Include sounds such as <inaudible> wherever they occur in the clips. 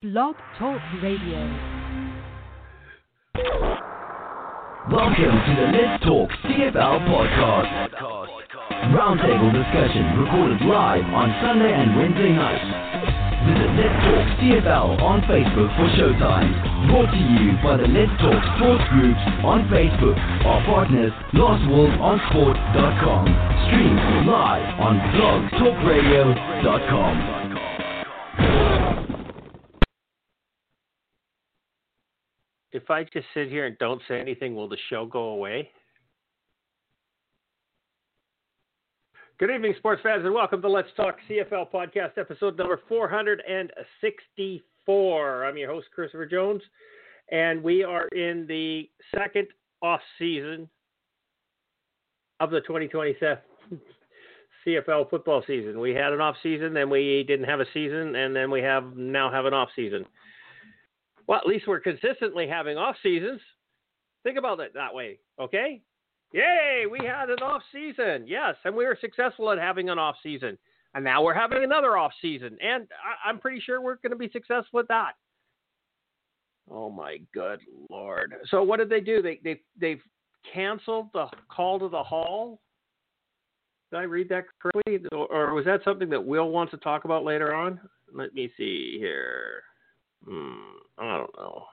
Blog Talk Radio. Welcome to the Let's Talk CFL podcast. Roundtable discussion recorded live on Sunday and Wednesday nights. Visit Let's Talk CFL on Facebook for showtime. Brought to you by the Let's Talk Sports Groups on Facebook. Our partners, LostWorldOnSport.com. Stream live on blogtalkradio.com. if I just sit here and don't say anything, will the show go away? Good evening, sports fans, and welcome to Let's Talk CFL podcast, episode number 464. I'm your host, Christopher Jones, and we are in the second off season of the 2027 CFL football season. We had an off season, then we didn't have a season, and then we have now have an off season. Well, at least we're consistently having off seasons. Think about it that way, okay? Yay, we had an off season. Yes, and we were successful at having an off season. And now we're having another off season, and I- I'm pretty sure we're going to be successful at that. Oh my good lord! So what did they do? They they they've canceled the call to the hall. Did I read that correctly, or was that something that Will wants to talk about later on? Let me see here. Hmm, I don't know.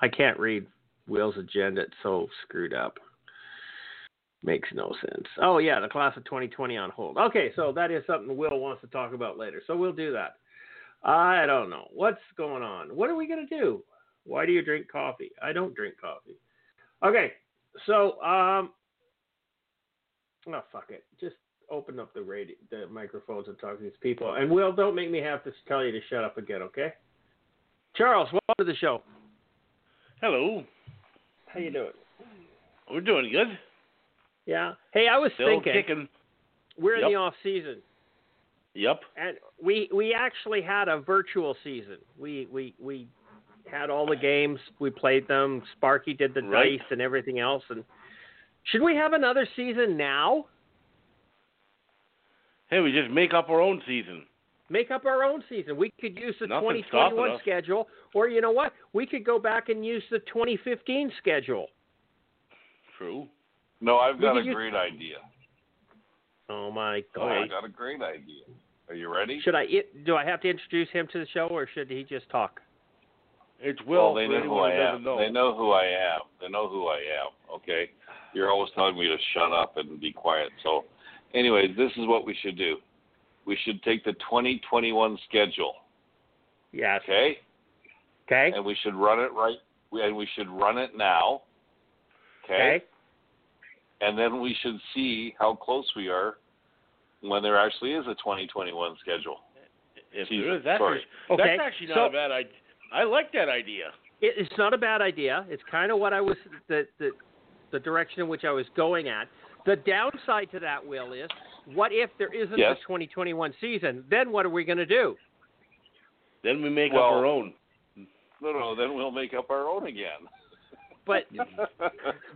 I can't read Will's agenda. It's so screwed up. Makes no sense. Oh, yeah, the class of 2020 on hold. Okay, so that is something Will wants to talk about later. So we'll do that. I don't know. What's going on? What are we going to do? Why do you drink coffee? I don't drink coffee. Okay, so, um, oh, fuck it. Just open up the radio, the microphones and talk to these people. And Will, don't make me have to tell you to shut up again, okay? Charles, welcome to the show. Hello. How you doing? We're doing good. Yeah. Hey, I was Still thinking kicking. we're in Yep. the off season, Yep. and we we actually had a virtual season. We we we had all the games. We played them. Sparky did the Right. dice and everything else. And should we have another season now? Hey, we just make up our own season. make up our own season. We could use the Nothing's 2021 stopping us. schedule, or you know what? We could go back and use the 2015 schedule. True. No, I've Look got a at you- great idea. Oh my Oh, God! I've got a great idea. Are you ready? Should I? it- Do I have to introduce him to the show, or should he just talk? It's Will. they for know who anyone I who am. doesn't know. They know who I am. They know who I am. Okay, you're always telling me to shut up and be quiet. So, anyways, this is what we should do. We should take the 2021 schedule, Yes. okay, Okay. and we should run it right. And we should run it now, Okay. And then we should see how close we are when there actually is a 2021 schedule. If Jesus, there is, that's, sorry. that's Okay, actually not so- a bad idea. I like that idea. It, it's not a bad idea. It's kind of what I was the, the the direction in which I was going at. The downside to that, Will, is what if there isn't Yes. a 2021 season? Then what are we going to do? Then we make Well- up our own. No, no, then we'll make up our own again. But Mm-hmm.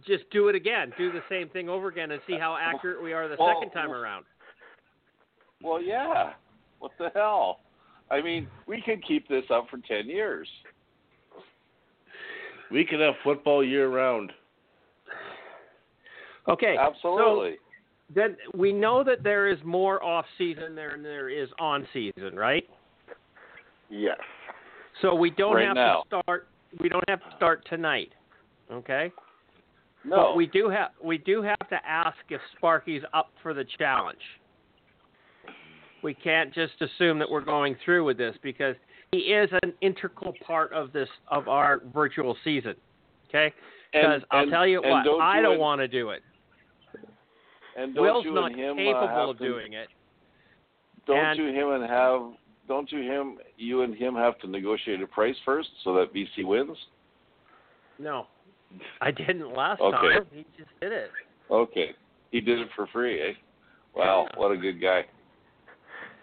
<laughs> just do it again. Do the same thing over again and see how accurate we are the Well- second time around. Well, yeah. What the hell? I mean, we could keep this up for 10 years. We can have football year round. Okay. Absolutely. So then we know that there is more off season there than there is on season, right? yes. So we don't Right have now. to start we don't have to start tonight. Okay? No. But we do have we do have to ask if Sparky's up for the challenge. We can't just assume that we're going through with this because he is an integral part of this of our virtual season. Okay? Because And- I'll and- tell you and what, don't I you don't and- want to do it. and don't Will's you not and him, uh, have capable of to- doing it. Don't and- you him and have don't you him you and him have to negotiate a price first so that BC wins? No, <laughs> I didn't last Okay. time. He just did it. Okay. He did it for free, eh? Wow, Yeah. what a good guy.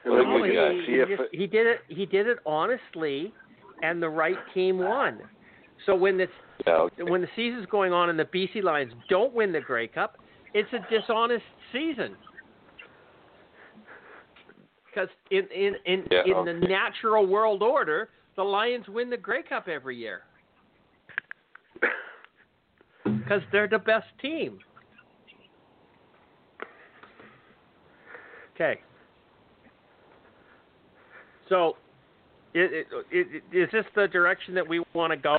What a No, good guy. he, he just- he did it. He did it honestly, and the right team won. So when the Yeah, okay. when the season's going on and the BC Lions don't win the Grey Cup, it's a dishonest season. because in in in Yeah, in okay. the natural world order, the Lions win the Grey Cup every <coughs> year because they're the best team. Okay. So, is, is this the direction that we want to go?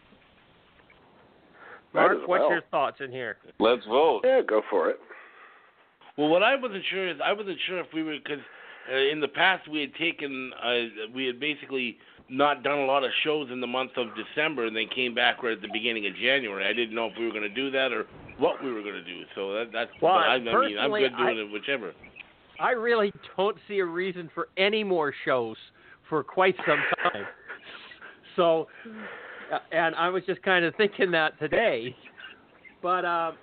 Might Mark, as what's well. your thoughts in here? Let's vote. Yeah, go for it. Well, what I wasn't sure is I wasn't sure if we were because uh, in the past we had taken uh, we had basically not done a lot of shows in the month of December and they came back right at the beginning of January. I didn't know if we were going to do that or what we were going to do. So that, that's Well, I, I mean I'm personally, good doing I- it whichever. I really don't see a reason for any more shows for quite some time. So, uh, and I was just kind of thinking that today, but um,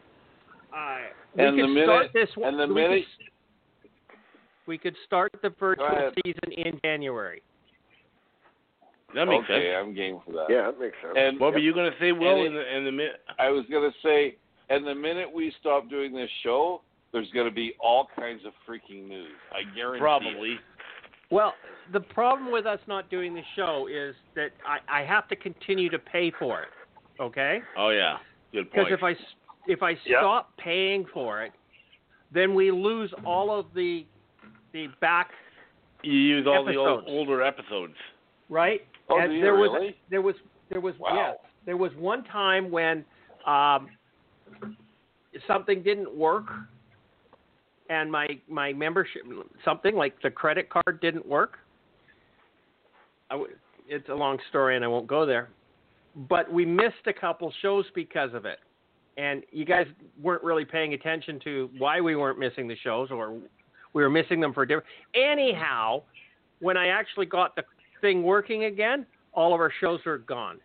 I we And could the minute- start this one. and the we could minute- s- we could start the Go virtual ahead. season in January. That makes okay, sense. I'm game for that. Yeah, that makes sense. And What were you going to say, Will? And it- in the in the mi- I was gonna say, and the minute we stop doing this show, there's gonna be all kinds of freaking news. I guarantee. it. probably. Well, the problem with us not doing the show is that I, I have to continue to pay for it. Okay. Oh yeah, good Because point. if I s- if I Yeah. stop paying for it, then we lose all of the the back you use all the old, Episodes. older episodes. right. Oh, and do you there was really? there was there was Wow. yes there was one time when um, something didn't work, and my my membership something like the credit card didn't work. I w- it's a long story, and I won't go there. But we missed a couple shows because of it, and you guys weren't really paying attention to why we weren't missing the shows, or we were missing them for different. Anyhow, when I actually got the thing working again, all of our shows are gone.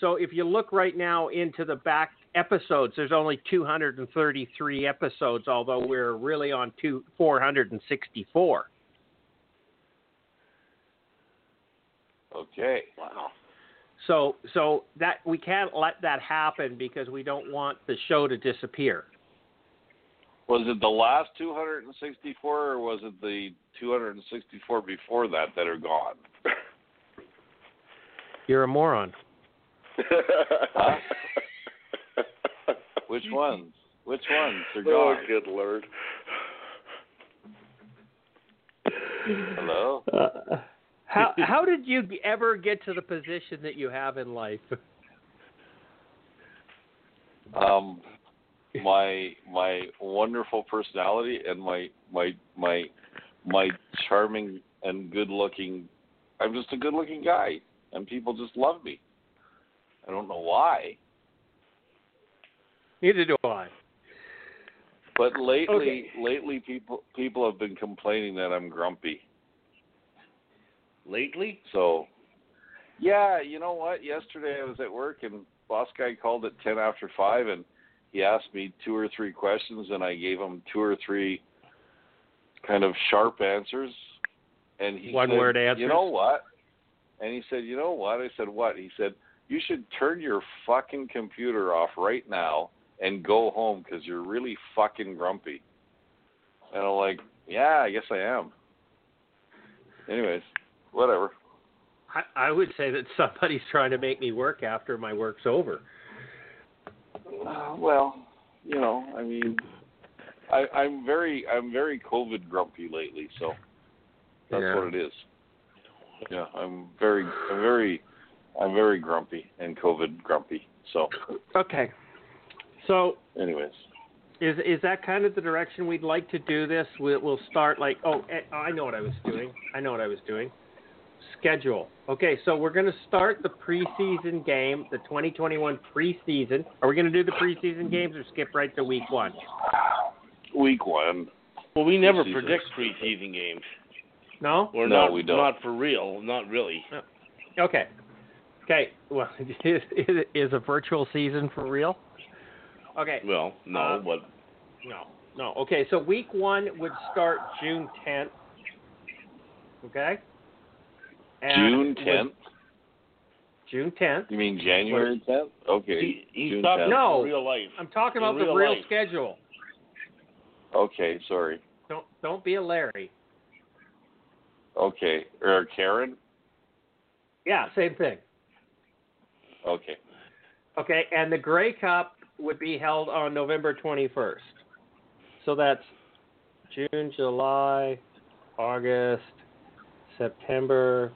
So if you look right now into the back episodes, there's only 233 episodes, although we're really on two, 464. Okay. So so that we can't let that happen because we don't want the show to disappear. Was it the last 264, or was it the 264 before that that are gone? You're a moron. Which ones? Which ones are oh, gone? good lord. Hello. <laughs> How how did you ever get to the position that you have in life? Um, my my wonderful personality and my my my my charming and good looking. I'm just a good looking guy, and people just love me. I don't know why, <laughs> Neither do I. but lately Okay. lately people people have been complaining that I'm grumpy. Lately, So, yeah, you know what? Yesterday I was at work and boss guy called at ten after five, and he asked me two or three questions, and I gave him two or three kind of sharp answers, and he One said, word You answers? know what? And he said, you know what? I said, what? He said, you should turn your fucking computer off right now and go home because you're really fucking grumpy. And I'm like, yeah, I guess I am. Anyways, whatever. I, I would say that somebody's trying to make me work after my work's over. Uh, well, you know, I mean, I, I'm very, I'm very COVID grumpy lately, so that's Yeah. what it is. Yeah, I'm very, I'm very, I'm very grumpy and COVID grumpy. So, Okay. So anyways, is is that kind of the direction we'd like to do this? We, we'll start like oh eh, I know what I was doing. I know what I was doing. Schedule. Okay, so we're going to start the preseason game, the 2021 preseason. Are we going to do the preseason games or skip right to week one? week one. well, we never Preseason. predict preseason games. No. Or No, not, we don't. Not for real. Not really. Okay. Okay. Well, <laughs> is, is is a virtual season for real? Okay. Well, no, Uh, but No, no. Okay, so week one would start June 10th. Okay. June And tenth. June 10th. You mean January tenth? Okay. he, he's June talking 10th. No. in real life. I'm talking In about the real real life. schedule. Okay, sorry. Don't don't be a Larry. Okay. Or Karen? Yeah, same thing. Okay. Okay, and the Grey Cup would be held on November 21st. So that's June, July, August, September,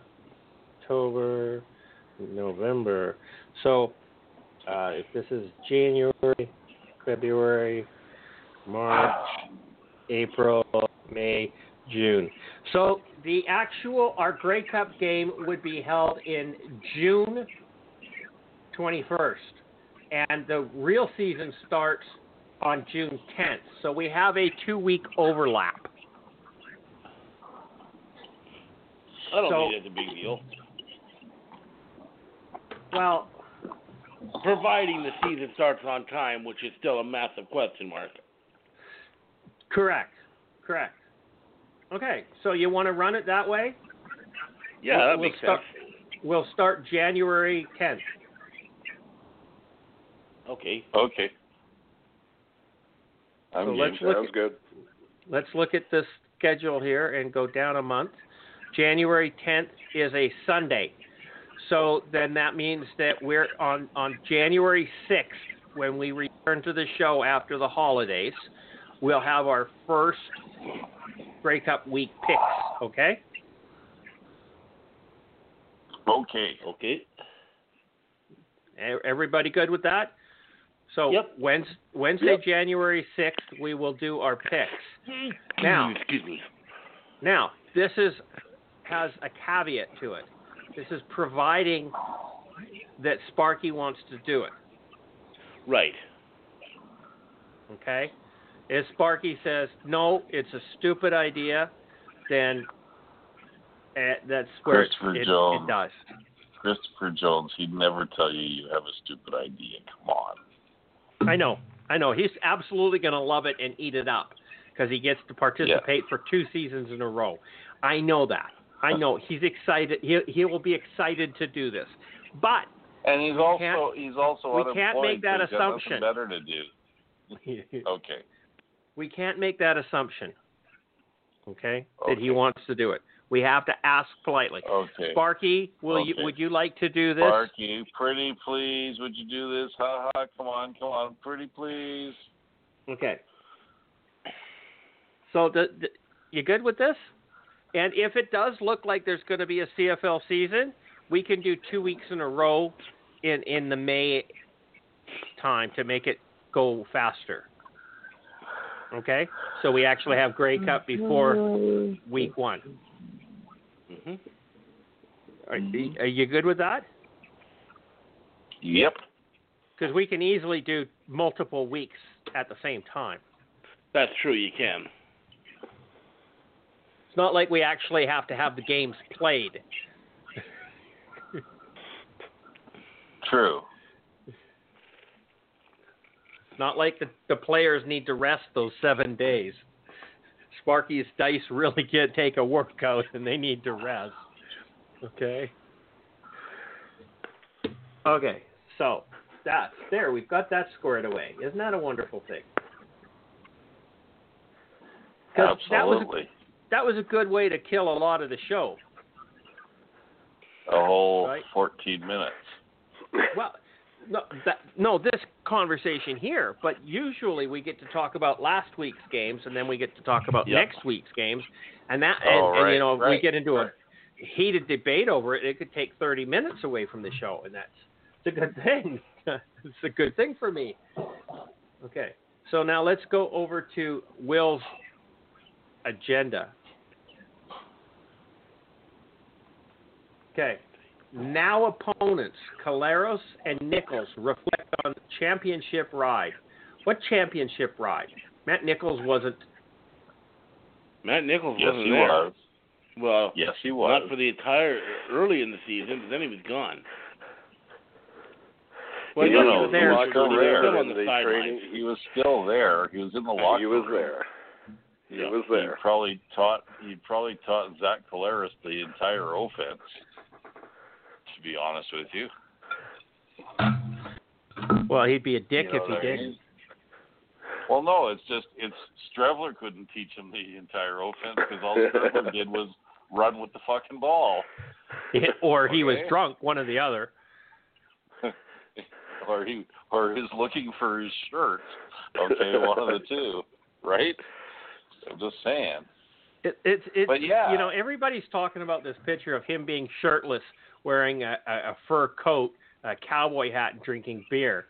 October, November. So uh, if this is January, February, March, April, May, June. So the actual, our Grey Cup game would be held in June 21st. And the real season starts on June 10th. So we have a two week overlap. I don't So- think that's a big deal. Well, Providing the season starts on time, which is still a massive question mark. correct. Correct. Okay, so you want to run it that way? Yeah, We'll- that we'll makes start- sense. We'll start January 10th. Okay. Okay. I'm So game. let's look Sounds good. let's look at this schedule here and go down a month. January 10th is a Sunday. So then that means that we're on, on January 6th, when we return to the show after the holidays, we'll have our first Grey Cup week picks, okay? Okay. Okay. E- Everybody good with that? So Yep. Wednes- Wednesday, Yep. January 6th, we will do our picks. Now- excuse me. Now, this is has a caveat to it. This is providing that Sparky wants to do it. Right. Okay? If Sparky says no, it's a stupid idea, then uh, that's where it, Christopher it, Jones. it does. Christopher Jones, he'd never tell you you have a stupid idea. Come on. I know, I know. He's absolutely going to love it and eat it up because he gets to participate for two seasons in a row. I know that. I know he's excited. He he will be excited to do this, but <laughs> And he's can't- also he's also we can't unemployed, make that so he's got nothing assumption. better to do. Okay. We can't make that assumption. Okay? That Okay. he wants to do it. We have to ask politely. Okay. Sparky, will you Okay. would you like to do this? Sparky, pretty please, would you do this? Ha ha, come on, come on, pretty please. Okay. So the, the, you good with this? And if it does look like there's going to be a CFL season, we can do two weeks in a row in in the May time to make it go faster. Okay, so we actually have Grey Cup before week one. Mhm. Are, are you good with that? Yep. Because we can easily do multiple weeks at the same time. That's true. You can. It's not like we actually have to have the games played. True. It's not like the, the players need to rest those seven days. Sparky's dice really can't take a workout and they need to rest. Okay. Okay, so that's there. We've got that squared away. Isn't that a wonderful thing? 'Cause That was, Absolutely. a, that was a good way to kill a lot of the show. A, whole Right. 14 minutes. Well, no, that, no, this conversation here, but usually we get to talk about last week's games, and then we get to talk about Yep. next week's games, and that, and, Oh, and right, you know, we right, get into right. a heated debate over it. It could take thirty minutes away from the show, and that's it's a good thing. <laughs> it's a good thing for me. Okay, so now let's go over to Will's agenda. Okay. Now opponents, Caleros and Nichols, reflect on the championship ride. What championship ride? Matt Nichols wasn't. Matt Nichols Yes, wasn't he there. was. Well, Yes, he was. not for the entire early in the season, but then he was gone. Well, He I guess was he was there. not but he was there. still on the They sidelines. traded- He was still there. He was in the locker. he was room. there. He Yeah. was He there. probably taught. He probably taught Zach Kolaris the entire offense. To be honest with you, Well, he'd be a dick You know if he what I did. mean? Well, no, it's just it's Strevler couldn't teach him the entire offense because all Strevler did was run with the fucking ball. or he was Okay. drunk, one or the other. or he or he's looking for his shirt. Okay, one of the two, right? I'm just saying. It, it's it's But yeah. you know everybody's talking about this picture of him being shirtless, wearing a, a, a fur coat, a cowboy hat, and drinking beer,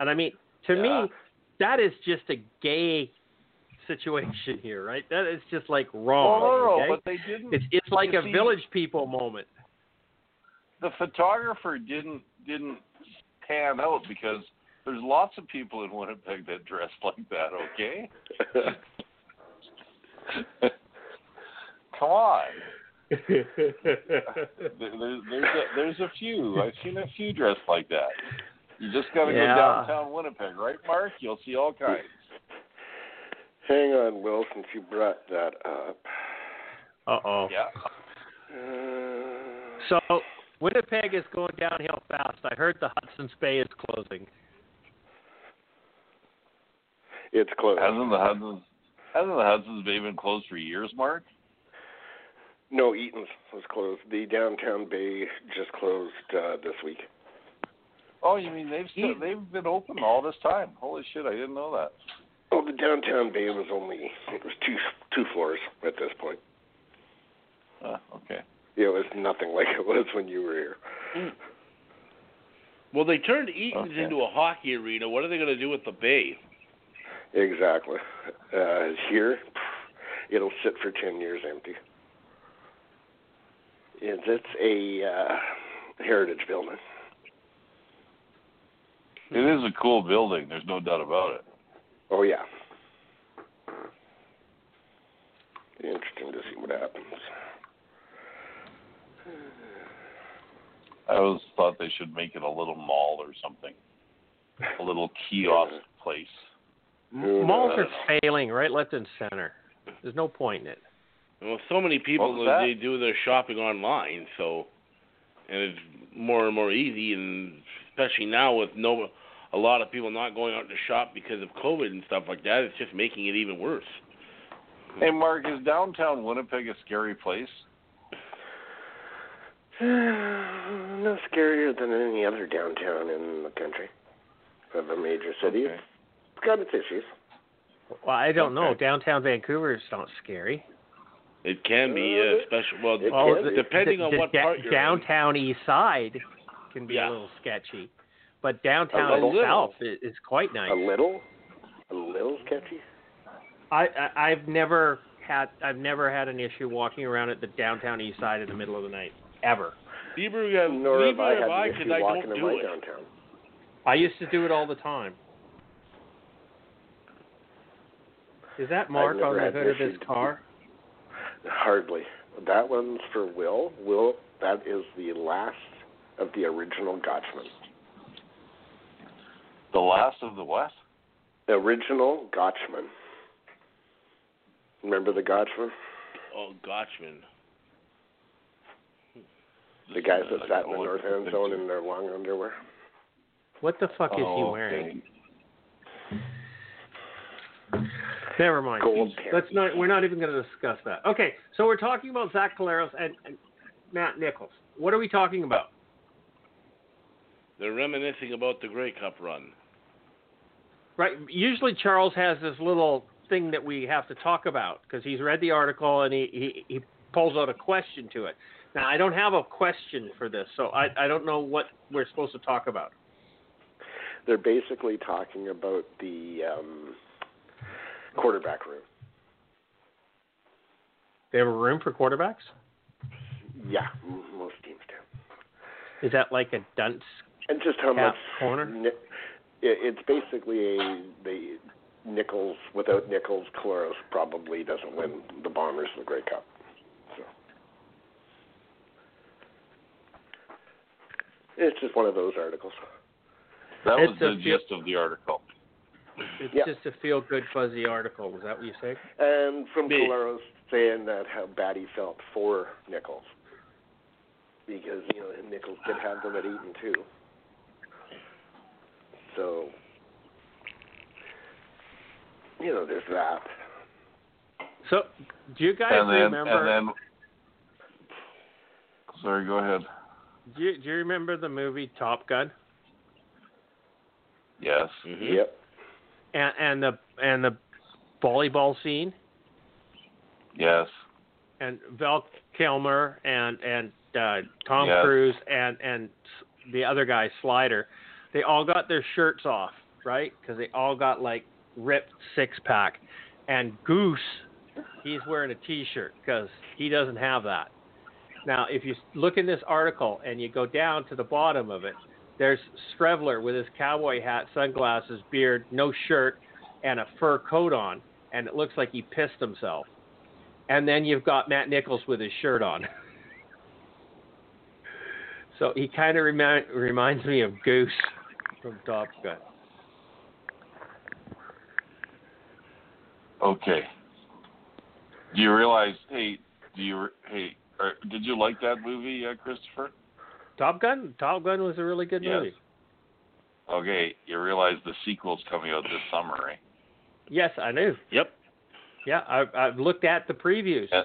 and I mean to Yeah. me that is just a gay situation <laughs> here, right? That is just like Oh, wrong. no, no, okay? but they didn't. it's it's like you a see- village people moment. the photographer didn't didn't pan out because there's lots of people in Winnipeg that dress like that. Okay, come on. There, there- there's a, there's a few. I've seen a few dressed like that. You just got to Yeah. go downtown Winnipeg, right, Mark? You'll see all kinds. Hang on, Will, since you brought that up. Uh oh. Yeah. Uh, So Winnipeg is going downhill fast. I heard the Hudson's Bay is closing. it's close. Hasn't the Hudson's hasn't the Hudson's Bay been closed for years, Mark? No, Eaton's was closed. The downtown bay just closed uh, this week. Oh, you mean they've still, they've been open all this time? Holy shit, I didn't know that. Oh, the downtown bay was only it was two two floors at this point. Uh, okay. It was nothing like it was when you were here. Well, they turned Eaton's Okay. into a hockey arena. What are they going to do with the Bay? Exactly. Uh, here, it'll sit for ten years empty. It's, it's a uh, heritage building. It is a cool building. There's no doubt about it. Oh yeah. Be interesting to see what happens. <sighs> I always thought they should make it a little mall or something, a little kiosk place. Who Malls knows? are failing right, left, and center. There's no point in it. Well, so many people What was that? they do their shopping online, so and it's more and more easy, and especially now with no a lot of people not going out to shop because of COVID and stuff like that, it's just making it even worse. Mm-hmm. Hey, Mark, is downtown Winnipeg a scary place? no scarier than any other downtown in the country of a major city. Okay. It's got its issues. Well, I don't know. Okay. Downtown Vancouver is not scary. It can be Uh, uh, especially well, it Well, can the- be. depending the- on <laughs> the what da- part you're in. downtown East Side can be Yeah. a little sketchy, but downtown little. itself i- is quite nice. A little, a little Mm-hmm. sketchy. I, I I've never had I've never had an issue walking around at the downtown East Side in the middle of the night ever. Neither have, Nor have neither I had have I an because issue I walking don't in do my it. downtown. I used to do it all the time. Is that Mark never on the had hood of his issues. car? Hardly. That one's for Will. Will. That is the last of the original Gotchman. The last of the West? The original Gotchman. Remember the Gotchman? Oh, Gotchman. The guys that Like, sat in the oh, North End Zone in their long underwear. What the fuck is he Oh, wearing? okay. Never mind. Gold pants. Let's not. We're not even going to discuss that. Okay, so we're talking about Zach Caleros and, and Matt Nichols. What are we talking about? They're reminiscing about the Grey Cup run. Right. Usually Charles has this little thing that we have to talk about because he's read the article and he, he he pulls out a question to it. Now I don't have a question for this, so I I don't know what we're supposed to talk about. They're basically talking about the um, quarterback room. They have a room for quarterbacks. Yeah, m- most teams do. Is that like a dunce? And just how Half much corner? Ni- it, it's basically a the Nichols without Nichols, Cloros probably doesn't win the Bombers the Grey Cup. So it's just one of those articles. That was It's the a few- gist of the article. It's Yeah. just a feel good fuzzy article. Is that what you say? And from Me. Caleros saying that how bad he felt for Nichols. Because, you know, and Nichols did have them at Eaton too. So you know, there's that. So do you guys And then, remember? and then Sorry, go ahead. Do you, do you remember the movie Top Gun? Yes. Mhm. Yep. And, and the and the volleyball scene Yes. and Val Kilmer and and uh, Tom Yeah. Cruise and and the other guy Slider, they all got their shirts off, right? Because they all got like ripped six pack, and Goose, he's wearing a T-shirt because he doesn't have that. Now, if you look in this article and you go down to the bottom of it, there's Strevler with his cowboy hat, sunglasses, beard, no shirt, and a fur coat on, and it looks like he pissed himself and then you've got Matt Nichols with his shirt on. <laughs> so he kind of remi- reminds me of Goose from Top Gun. Okay. Do you realize? Hey, do you? re- Hey, are, did you like that movie, uh, Christopher? Top Gun? Top Gun was a really good Yes. movie. Okay, you realize the sequel's coming out this summer, right? Yes, I knew. Yep. Yeah, I, I've looked at the previews. Yeah.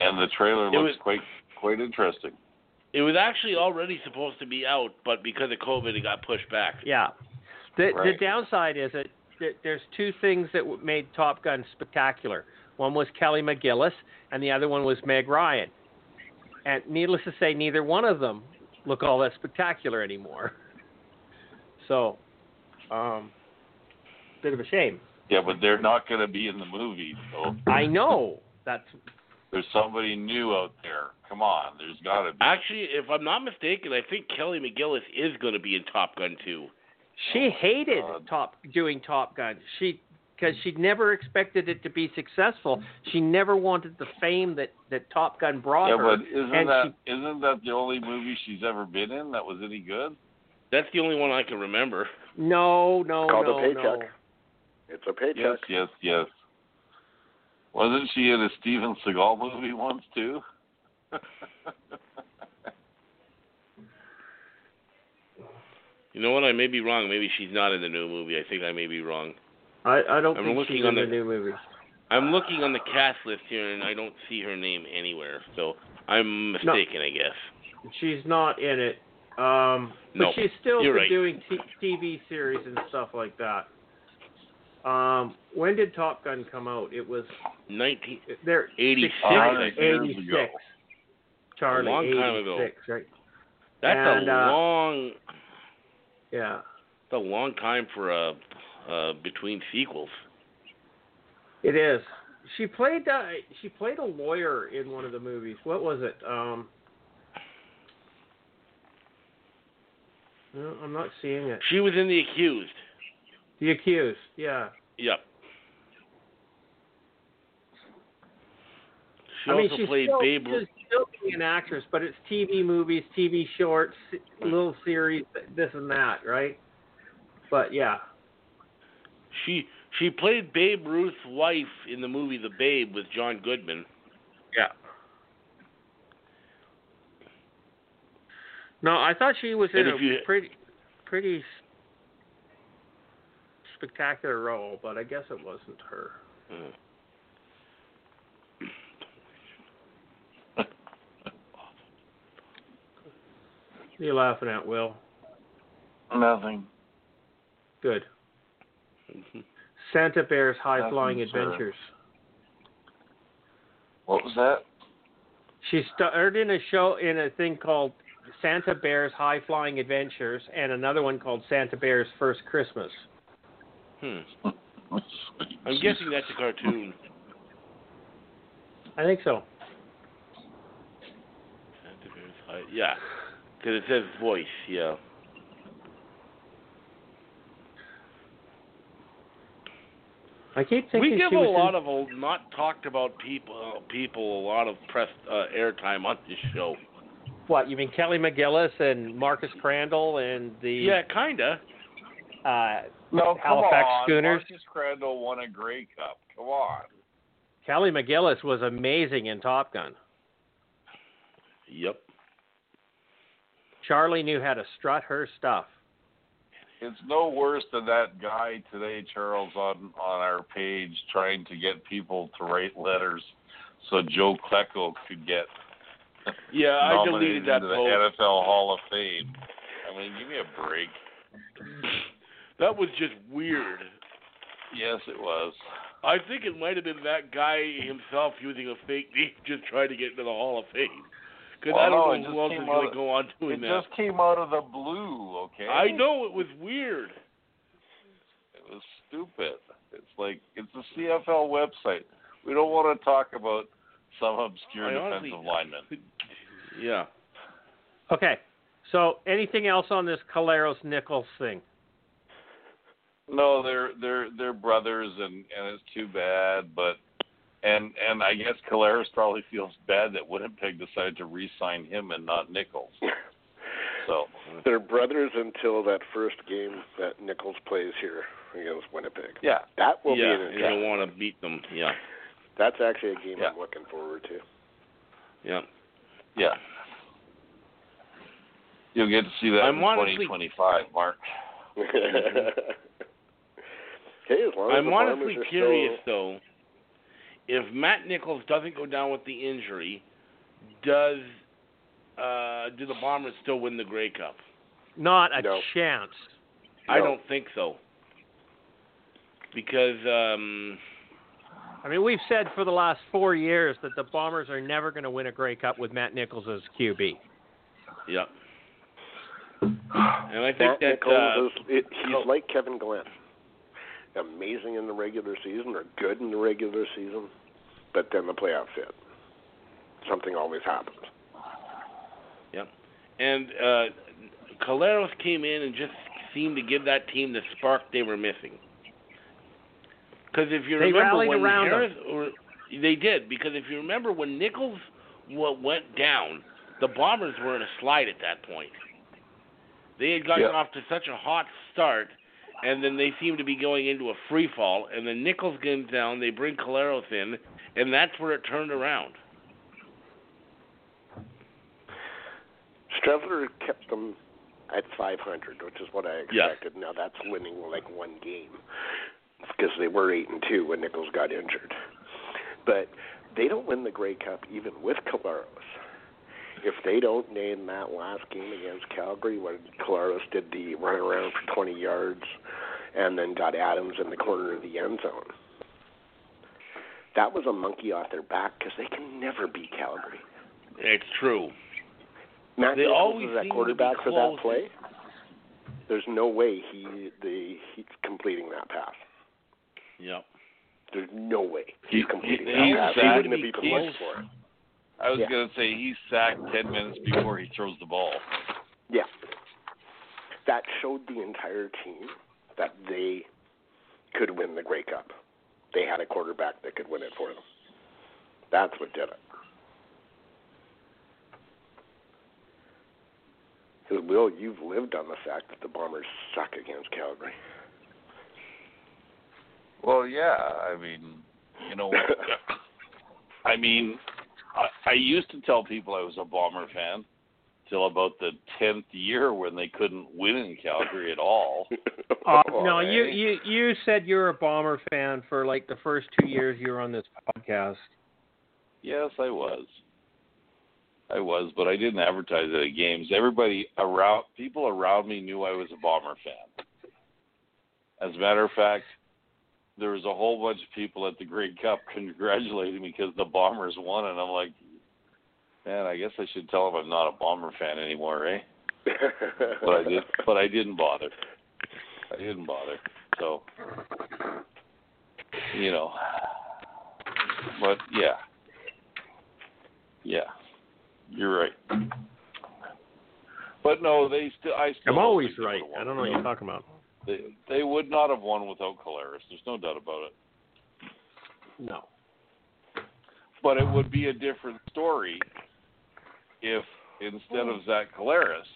And the trailer It looks was- quite quite interesting. It was actually already supposed to be out, but because of COVID, it got pushed back. Yeah. The, the Right. downside is that th- there's two things that w- made Top Gun spectacular. One was Kelly McGillis, and the other one was Meg Ryan. And needless to say, neither one of them look all that spectacular anymore. <laughs> So, um, bit of a shame. Yeah, but they're not going to be in the movie. So I know that's there's somebody new out there. Come on, there's got to be. Actually, if I'm not mistaken, I think Kelly McGillis is going to be in Top Gun 2. she hated God. top doing Top Gun. She because she never expected it to be successful. She never wanted the fame that that Top Gun brought Yeah, her. but isn't and that not that the only movie she's ever been in that was any good? That's the only one I can remember. No, no, Called Oh, no, a paycheck. no. It's a paycheck. Yes, yes, yes. Wasn't she in a Steven Seagal movie once too? You know what? I may be wrong. Maybe she's not in the new movie. I think I may be wrong. I, I don't I'm think looking she's on in the the- new movie. I'm looking on the cast list here, and I don't see her name anywhere. So I'm mistaken, I guess. She's not in it. Um, but No, she's still you're been right. doing t- TV series and stuff like that. Um, when did Top Gun come out? It was 19. there 86, I think. 86. Charlie, A long 86, time ago. right? That's And, a uh, long, Yeah. that's a long time for a uh, between sequels. It is. She played uh, she played a lawyer in one of the movies. What was it? Um no, I'm not seeing it. She was in The Accused. The accused. Yeah. Yep. She I mean, also she's played still, Babe Ruth. she's still being an actress, but it's TV movies, TV shorts, little series, this and that, right? But yeah, She she played Babe Ruth's wife in the movie The Babe with John Goodman. no, I thought she was in And a if you- pretty, pretty s- spectacular role, but I guess it wasn't her. Uh, What are you laughing at, Will? <laughs> Nothing. Good. Santa Bear's High Flying Nothing, sir. Adventures. What was that? She starred in a show in a thing called Santa Bear's High Flying Adventures and another one called Santa Bear's First Christmas. Hmm. I'm guessing that's a cartoon. I think so. Uh, Yeah, because it says voice. Yeah. I keep thinking we give she a was lot in, of old, not talked about people people a lot of press uh, airtime on this show. what you mean Kelly McGillis and Marcus Crandall and the Yeah, kinda. uh, No, come Halifax on. Schooners. Marcus Crandall won a Grey Cup. Come on. Kelly McGillis was amazing in Top Gun. Yep. Charlie knew how to strut her stuff. It's no worse than that guy today, Charles, on on our page trying to get people to write letters so Joe Klecko could get Yeah, I deleted Nominated that into the post. NFL Hall of Fame. I mean, give me a break. That was just weird. Yes, it was. I think it might have been that guy himself using a fake <laughs> name just trying to get into the Hall of Fame. Because I Well, no, don't it know just who else is came going out- to go on doing It that. just came out of the blue, okay? I know it was weird. It was stupid. It's like it's the CFL website. We don't want to talk about some obscure I honestly- defensive lineman. Yeah. Okay. So anything else on this Caleros Nichols thing? No, they're they're they're brothers, and and it's too bad. But and and I guess Caleros probably feels bad that Winnipeg decided to re-sign him and not Nichols. So They're brothers until that first game that Nichols plays here against Winnipeg. yeah, That will yeah, be an you don't want to beat them. Yeah. That's actually a game Yeah. I'm looking forward to. Yeah. yeah. You'll get to see that I'm in honestly- 2025, Mark. <laughs> hey, as long as I'm the honestly Bombers are curious, still, though, if Matt Nichols doesn't go down with the injury, does uh, do the Bombers still win the Grey Cup? Not a No. chance. I No. don't think so. Because um, I mean, we've said for the last four years that the Bombers are never going to win a Grey Cup with Matt Nichols as QB. Yeah. And I Matt think that uh, Nichols is, it, he's Col- like Kevin Glenn. Amazing in the regular season or good in the regular season, but then the playoffs hit. Something always happens. and uh, Caleros came in and just seemed to give that team the spark they were missing. Because if you They remember rallied when around Harris, or they did, because if you remember when Nichols wa- went down, the Bombers were in a slide at that point. They had gotten Yeah. off to such a hot start, and then they seemed to be going into a free fall. And then Nichols goes down, they bring Caleros in, and that's where it turned around. Streffler kept them at 500, which is what I Yeah. expected. Now that's winning like one game because they were eight and two when Nichols got injured. But they don't win the Grey Cup even with Caleros. If they don't name that last game against Calgary when Caleros did the run around for 20 yards and then got Adams in the corner of the end zone. That was a monkey off their back because they can never beat Calgary. It's true. Matt They Nichols always is that seem to be quarterback for close. that play. There's no way he the he's completing that pass. Yep. There's no way He- he's completing he- he's that pass. He that- wouldn't have even he's- looked for it. I was Yeah. gonna say he sacked ten minutes before he throws the ball. Yeah. That showed the entire team that they could win the Grey Cup. They had a quarterback that could win it for them. That's what did it. Because, Will, you've lived on the fact that the Bombers suck against Calgary. <laughs> Well, yeah. I mean, you know, I mean, I, I used to tell people I was a Bomber fan till about the tenth year when they couldn't win in Calgary at all. Uh, Oh, no, you, hey. you you said you were a Bomber fan for like the first two years you were on this podcast. Yes, I was. I was, but I didn't advertise it at games. Everybody around, people around me knew I was a Bomber fan. As a matter of fact, there was a whole bunch of people at the Grey Cup congratulating me because the Bombers won, and I'm like, man, I guess I should tell them I'm not a Bomber fan anymore, eh? But <laughs> I did, but I didn't bother. I didn't bother. So, you know, but yeah, yeah, you're right. But no, they still. I still. I'm don't always think they right. would've won. I don't know what you're talking about. They they would not have won without Caleris. There's no doubt about it. No. But it would be a different story if instead of Zach Caleris,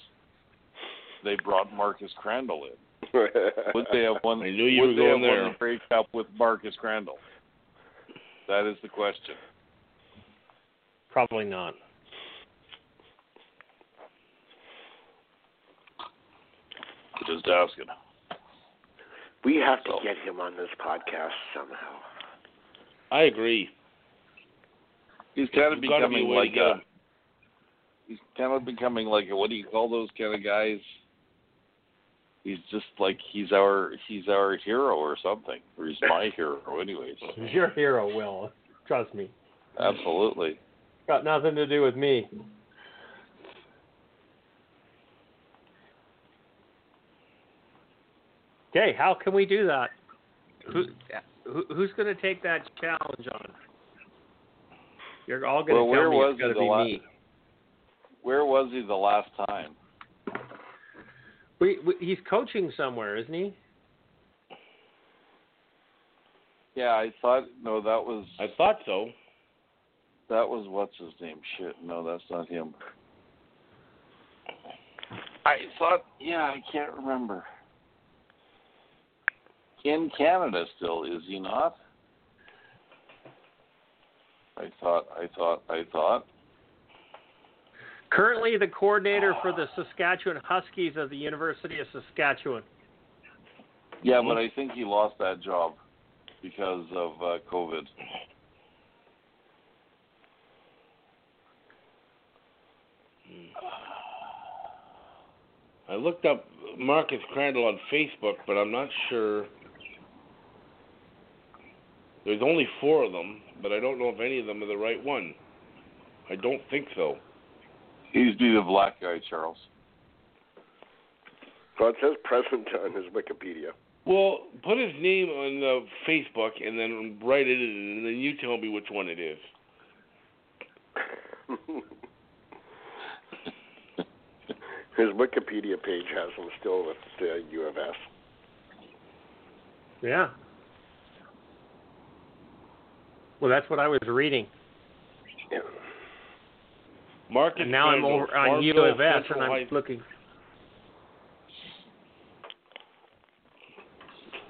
they brought Marcus Crandall in. Would they have won? <laughs> I knew you would were they going have there. won the Grey Cup with Marcus Crandall? That is the question. Probably not. Just asking. <laughs> we have to So. get him on this podcast somehow. I agree. He's kind of There's gotta be uh, becoming a way to like get a him. he's kind of becoming like what do you call those kind of guys? He's just like he's our he's our hero or something, or he's <laughs> my hero, anyways. He's your hero, Will. Trust me. Absolutely. Got nothing to do with me. Okay, how can we do that? Who, who who's going to take that challenge on? You're all going Well, to where tell me was it's he going to the be last? me. Where was he the last time? We, we, he's coaching somewhere, isn't he? Yeah, I thought no, that was I thought so. that was what's his name? Shit, no, that's not him. I thought, yeah, I can't remember. In Canada, still is he not? I thought, I thought, I thought. Currently, the coordinator for the Saskatchewan Huskies of the University of Saskatchewan. Yeah, but I think he lost that job because of uh, COVID. I looked up Marcus Crandall on Facebook, but I'm not sure. There's only four of them, but I don't know if any of them are the right one. I don't think so. He's be the black guy, Charles. Well, it says present on his Wikipedia. Well, put his name on uh, Facebook and then write it in, and then you tell me which one it is. his Wikipedia page has him still with the U of S. Yeah. Well, that's what I was reading. Yeah. Marcus And now I'm Crandall, over on U Farmville of S, Central and I'm High- looking.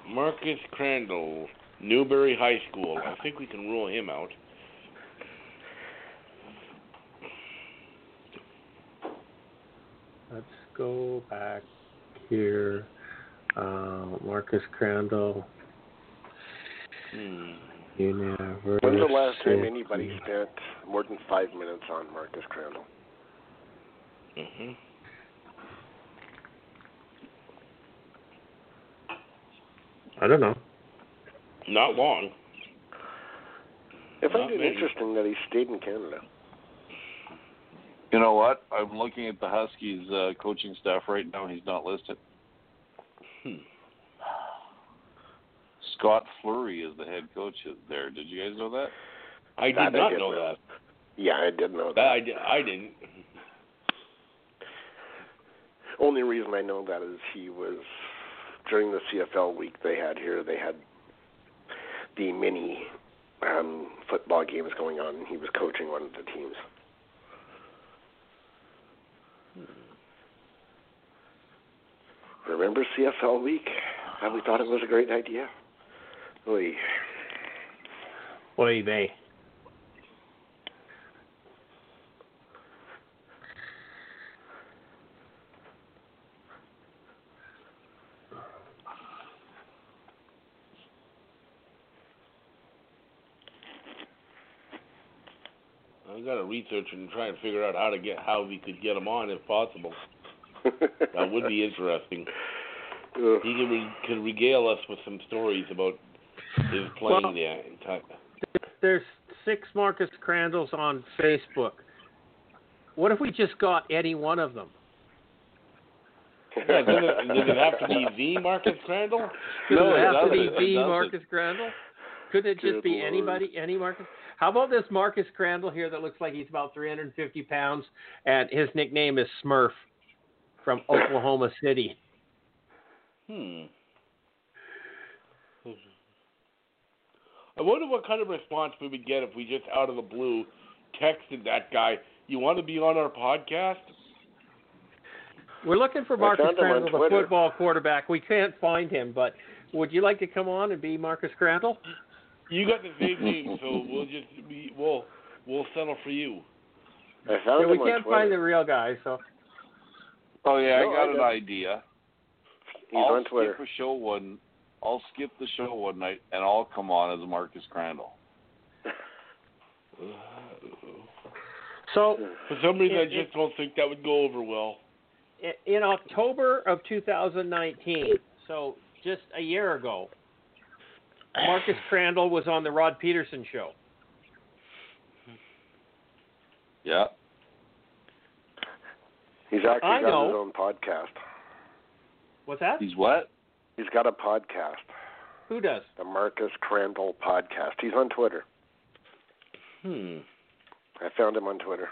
Marcus Crandall, Newberry High School. I think we can rule him out. Let's go back here. Uh, Marcus Crandall, Hmm. University. When's the last time anybody spent more than five minutes on Marcus Crandall? hmm I don't know. Not long. I find it Not me. interesting that he stayed in Canada. You know what? I'm looking at the Huskies uh, coaching staff right now. He's not listed. Hmm. Scott Fleury is the head coach there. Did you guys know that? I did That I not didn't know that. know. Yeah, I did know that. That I, di- I didn't. Only reason I know that is he was during the CFL week they had here. They had the mini um, football games going on, and he was coaching one of the teams. Hmm. Remember CFL week? How we thought it was a great idea. Oy. <laughs> Oy vey. I got to research and try and figure out how to get how we could get him on if possible. That would be interesting. Ugh. He could, re- could regale us with some stories about his playing Well- there. In time. There's six Marcus Crandalls on Facebook. What if we just got any one of them? Yeah, did, it, did it have to be the Marcus Crandall? Could No, it it have to doesn't. be It the doesn't. Marcus Crandall? Could it just Good be Lord. anybody, any Marcus? How about this Marcus Crandall here that looks like he's about 350 pounds, and his nickname is Smurf <laughs> from Oklahoma City. Hmm. I wonder what kind of response we would get if we just out of the blue texted that guy, "You want to be on our podcast?" We're looking for I Marcus found him on Crandall, the Twitter. football quarterback. We can't find him, but would you like to come on and be Marcus Crandall? You got the same name, so we'll just we, we'll we'll settle for you. I found Yeah, him we on can't Twitter. find the real guy, so Oh yeah, I No, I got an don't. idea. He's I'll on Twitter. skip a show one. I'll skip the show one night, and I'll come on as Marcus Crandall. So For some reason, It- I just don't think that would go over well. i- in October of 2019, so just a year ago, Marcus Crandall was on the Rod Peterson show. Yeah. He's actually I got know. his own podcast. What's that? He's what? He's got a podcast, Who does? the Marcus Crandall podcast. He's on Twitter. Hmm. I found him on Twitter.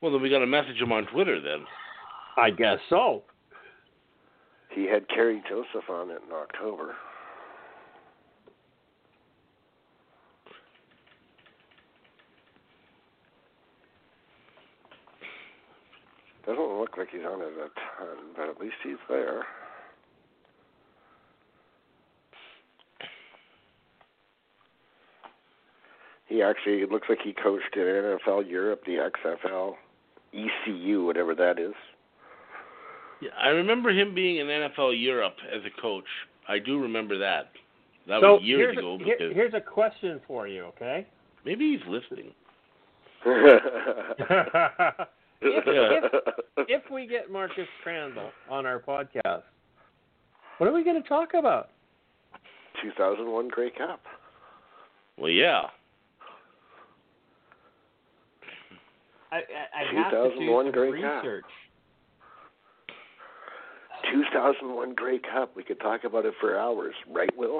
Well, then we got to message him on Twitter then. I guess so. He had Carrie Joseph on it in October. Doesn't look like he's on it a ton, but at least he's there. He actually it looks like he coached in NFL Europe, the XFL, ECU, E whatever that is. <laughs> Yeah, I remember him being in NFL Europe as a coach. I do remember that. That so was years here's, ago. a, here- because here's a question for you, <laughs> okay? maybe he's listening. if, if, if we get Marcus Crandall on our podcast, what are we going to talk about? 2001 Grey Cup. Well, <laughs> yeah. I, I, I have to do 2001 some Grey Cup. research. 2001 Grey Cup. We could talk about it for hours, right, Will?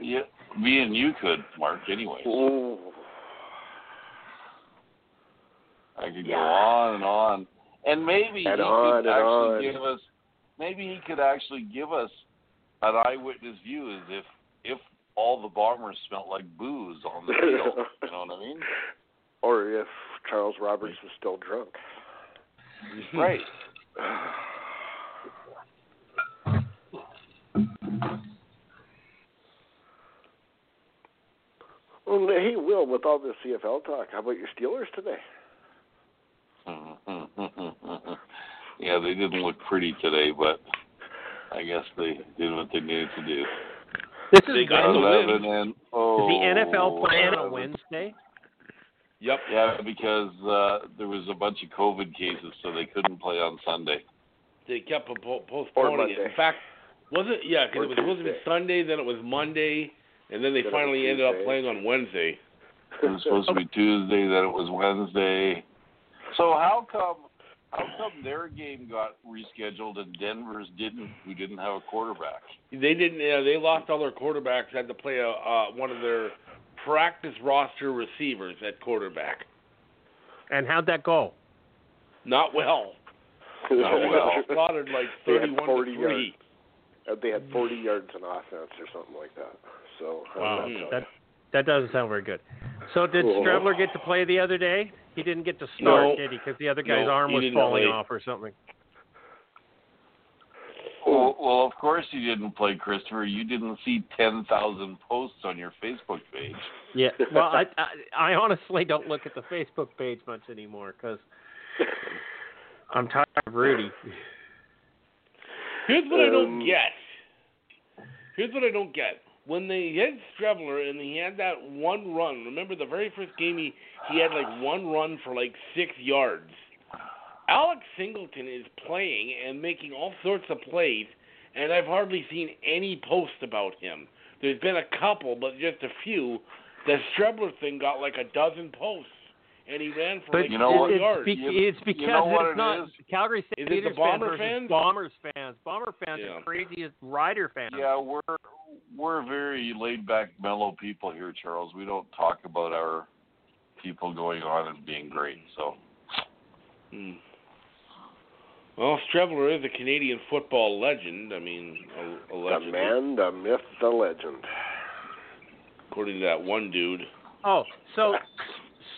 Yeah. Me and you could, Mark, anyway. Ooh. I could Yeah. go on and on. And maybe And he on and could actually on. give us maybe he could actually give us an eyewitness view as if if all the bombers smelt like booze on <laughs> the field. you know what I mean? <laughs> Or if Charles Roberts was still drunk. Hmm. Right. <sighs> Well, hey, Will, with all this CFL talk, how about your Steelers today? Mm-hmm, yeah, they didn't look pretty today, but I guess they did what they needed to do. This is They got Oh. Wednesday. the win. Eleven and oh, Is the NFL playing on eleven. Wednesday? Yep. Yeah, because uh, there was a bunch of COVID cases, so they couldn't play on Sunday. They kept po- Or postponing Monday. it. In fact, was it? Yeah, because Or it was supposed to be Tuesday. Sunday, then it was Monday, and then they Then it was finally ended up Tuesday. playing on Wednesday. It was <laughs> supposed to be Tuesday, then it was Wednesday. So how come how come their game got rescheduled and Denver's didn't, who didn't have a quarterback? They didn't. Uh, they lost all their quarterbacks. Had to play a, uh, one of their practice roster receivers at quarterback. And how'd that go? Not well. Oh, well. They got slaughtered like They had thirty-one 40 to three. They had 40 yards in offense or something like that. So, how's Wow. Oh, Hmm. that Mm-hmm. sound? That that doesn't sound very good. So did Cool. Strebler get to play the other day? He didn't get to start, No. did he? Because the other guy's No, arm he was didn't falling play. off or something. Well, well, of course you didn't play, Christopher. You didn't see ten thousand posts on your Facebook page. <laughs> Yeah. Well, I, I I honestly don't look at the Facebook page much anymore because I'm tired of Rudy. Here's what I don't Um, get. Here's what I don't get. When they had Strebler and he had that one run, remember the very first game he, he had like one run for like six yards. Alex Singleton is playing and making all sorts of plays, and I've hardly seen any post about him. There's been a couple, but just a few. The Strebler thing got like a dozen posts, and he ran for But like You know what? it's, yards. be- You- it's you because know what it's it not is? Calgary Is St. it the Peter's Bomber versus fans? Bombers fans. Bomber fans Yeah. are crazy as Rider fans. Yeah, we're we're very laid back, mellow people here, Charles. We don't talk about our people going on and being great. So Hmm. Well, Strebler is a Canadian football legend. I mean, a, a The legend, man, the myth, the legend. according to that one dude. Oh, so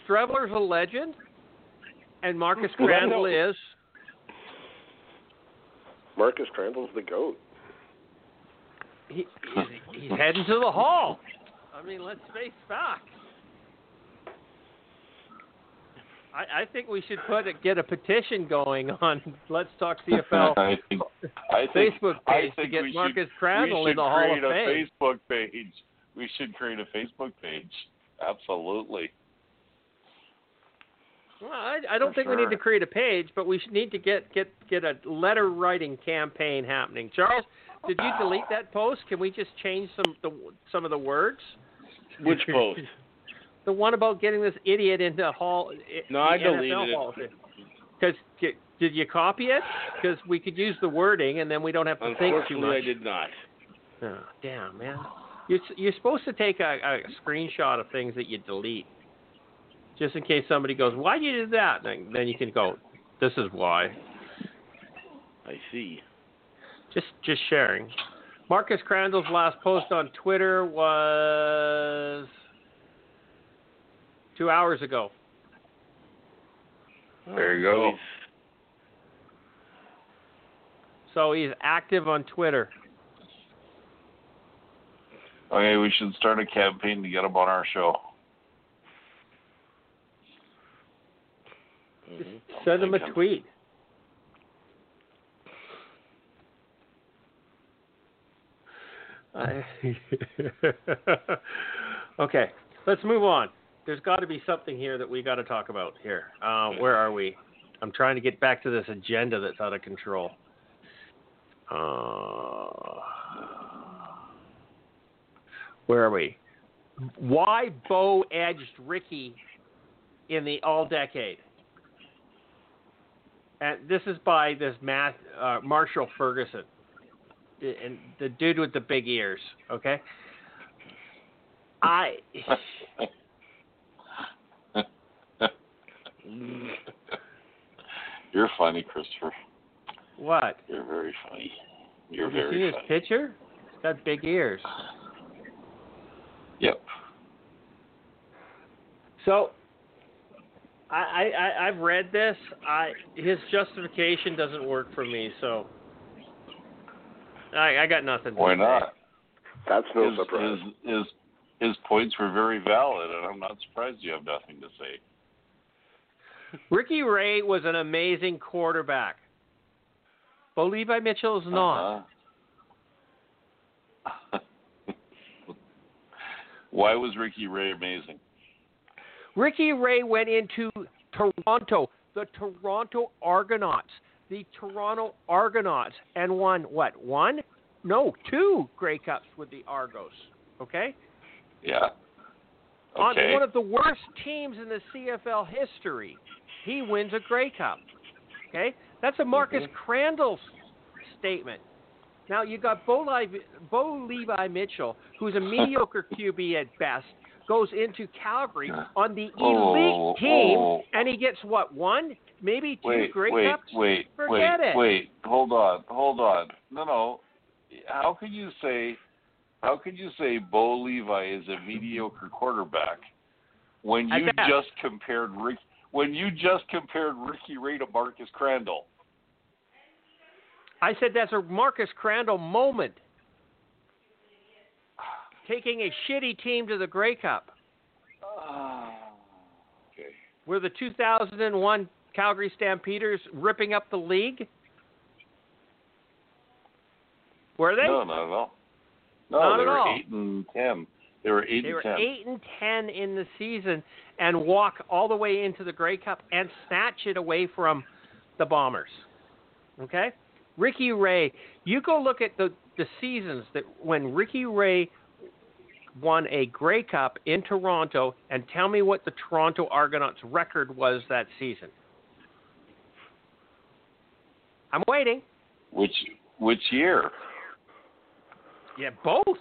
Strebler's a legend, and <laughs> Marcus Well, that- Crandall is. Marcus Crandall's the GOAT. <laughs> He, he's, he's heading to the hall. I mean, let's face facts. I, I think we should put a, get a petition going on. <laughs> Let's talk CFL <laughs> I think I think Facebook I page to think get we should- Marcus Crandall we in should the Hall of create a Fame. Facebook page. We should create a Facebook page. Absolutely. Well, I, I don't think we need to create a page, but we should need to get get get a letter writing campaign happening. Charles, did you delete that post? Can we just change some the some of the words? Which <laughs> post? The one about getting this idiot into hall. No, I the deleted it. NFL Because did you copy it? Because we could use the wording, and then we don't have to think too Unfortunately, much. I did not. Oh, damn, man. You're, s- you're supposed to take a, a screenshot of things that you delete, just in case somebody goes, "Why you did that?" Then, then you can go, "This is why." I see. Just just sharing. Marcus Crandall's last post on Twitter was two hours ago. Hmm. There you go. So he's active on Twitter. Okay, we should start a campaign to get him on our show. Just send him a tweet. I- <laughs> okay, let's move on. There's got to be something here that we got to talk about here. Uh, where are we? I'm trying to get back to this agenda that's out of control. Uh, where are we? Why Bo edged Ricky in the all decade? and this is by this Matt uh, Marshall Ferguson, The- and the dude with the big ears. Okay, I <laughs> You're funny, Christopher. what? You're very funny. You're Have you seen very his funny. picture? He's got big ears. Yep. So, I, I, I I've read this. I his justification doesn't work for me. So, I I got nothing. to Why say. not? That's no his, surprise. His, his his points were very valid, and I'm not surprised you have nothing to say. Ricky Ray was an amazing quarterback. Bo Levi Mitchell is not. Uh-huh. <laughs> Why was Ricky Ray amazing? Ricky Ray went into Toronto, the Toronto Argonauts, the Toronto Argonauts, and won what? One? No, two Grey Cups with the Argos. Okay? Yeah. On Okay. one of the worst teams in the CFL history, he wins a Grey Cup. Okay? That's a Marcus Mm-hmm. Crandall statement. Now you got Bo, Levi, Bo Levi Mitchell, <laughs> who's a mediocre QB at best, goes into Calgary on the elite Oh, team, oh. and he gets what one, maybe two wait, Grey wait, Cups. wait, Forget wait, it. wait. Hold on, hold on. No, no. How could you say? How could you say Bo Levi is a mediocre quarterback when At you best. just compared Rick? When you just compared Ricky Ray to Marcus Crandall? <sighs> I said that's a Marcus Crandall <sighs> moment, taking a shitty team to the Grey Cup. okay. Were the 2001 Calgary Stampeders ripping up the league? Were they? No, not at all. No, Not they at were all. eight and ten. They were eight They and were ten. eight and ten in the season and walk all the way into the Grey Cup and snatch it away from the Bombers. Okay, Ricky Ray. You go look at the the seasons that when Ricky Ray won a Grey Cup in Toronto, and tell me what the Toronto Argonauts record was that season. I'm waiting. Which which year? Yeah, both.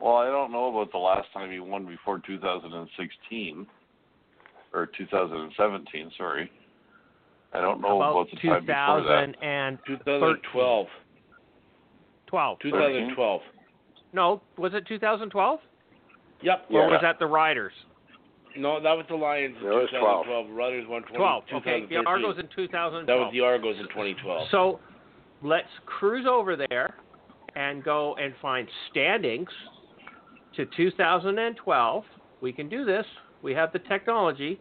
Well, I don't know about the last time he won before 2016 or 2017. Sorry, I don't know About about, Oh, the time before that. 2012. 2012. 2012. No, was it 2012? Yep. Or Yeah. was that the Riders? No, that was the Lions in That was 12. 2012. Rudders won 20, 12. Okay, the 2013. Argos in That was 2012. the Argos in 2012. so let's cruise over there and go and find standings to 2012. We can do this. We have the technology.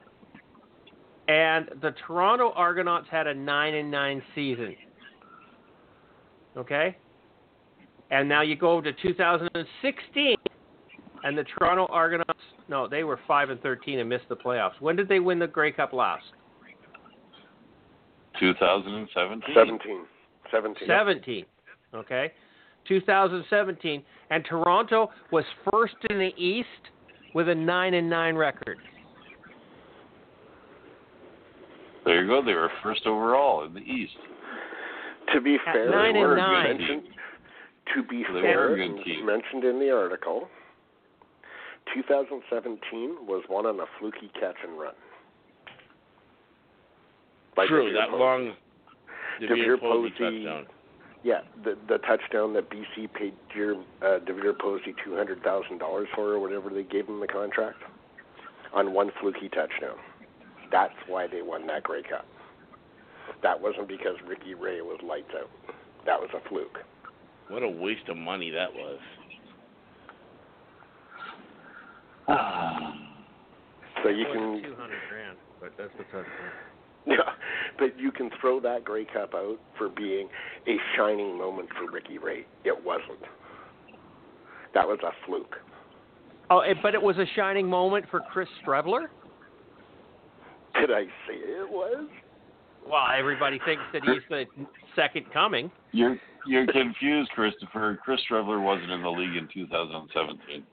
And the Toronto Argonauts had a 9 and 9 season. Okay? And now you go to 2016 and the Toronto Argonauts No, they were five and thirteen and missed the playoffs. When did they win the Grey Cup last? 2017. 17. 17. Seventeen. Okay. 2017, and Toronto was first in the East with a nine and nine record. There you go. They were first overall in the East. To be At fair, nine they and were nine. mentioned. To be They fair, were it good was teams. mentioned in the article, 2017 was one on a fluky catch and run. Like True, Devere that Posey. long Devere Devere Posey Posey. touchdown. Yeah, the the touchdown that BC paid Deer, uh, Devere Posey two hundred thousand dollars for, or whatever they gave him the contract, on one fluky touchdown. That's why they won that Grey Cup. That wasn't because Ricky Ray was lights out. That was a fluke. What a waste of money that was. So you It wasn't <laughs> can, 200 grand, but that's the touchdown. yeah, but you can throw that Grey Cup out for being a shining moment for Ricky Ray. It wasn't. That was a fluke. Oh, it- but it was a shining moment for Chris Strebler. Did I say it was? Well, everybody thinks that he's the second coming. You're you're confused, Christopher. Chris Trevler wasn't in the league in 2017.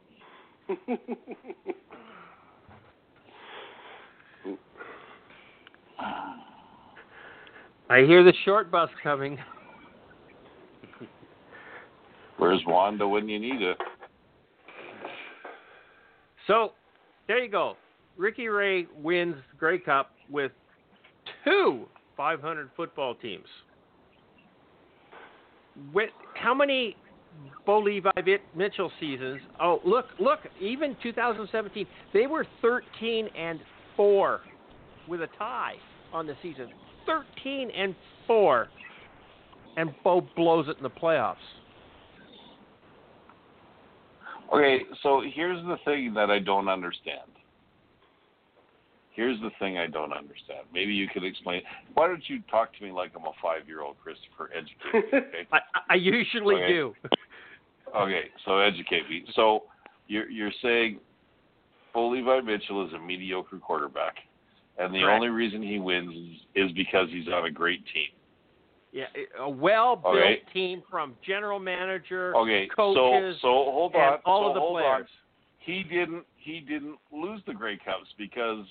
I hear the short bus coming. <laughs> Where's Wanda when you need it? So, there you go. Ricky Ray wins the Grey Cup with two 500 football teams. With how many Bo Levi Vit- Mitchell seasons? Oh, look, look, even 2017, they were 13 and 4 with a tie on the season. 13 and 4. And Bo blows it in the playoffs. Okay, so here's the thing that I don't understand. Here's the thing I don't understand. Maybe you could explain. Why don't you talk to me like I'm a five-year-old, Christopher? <laughs> Educate me, okay? I, I usually Okay. do. Okay, so educate me. So you're you're saying Bo Levi Mitchell is a mediocre quarterback, and the Correct. only reason he wins is because he's on a great team. Yeah, a well-built Okay. team from general manager, Okay, coaches, so so hold on, and all so of the hold players. On. He didn't he didn't lose the Grey Cups because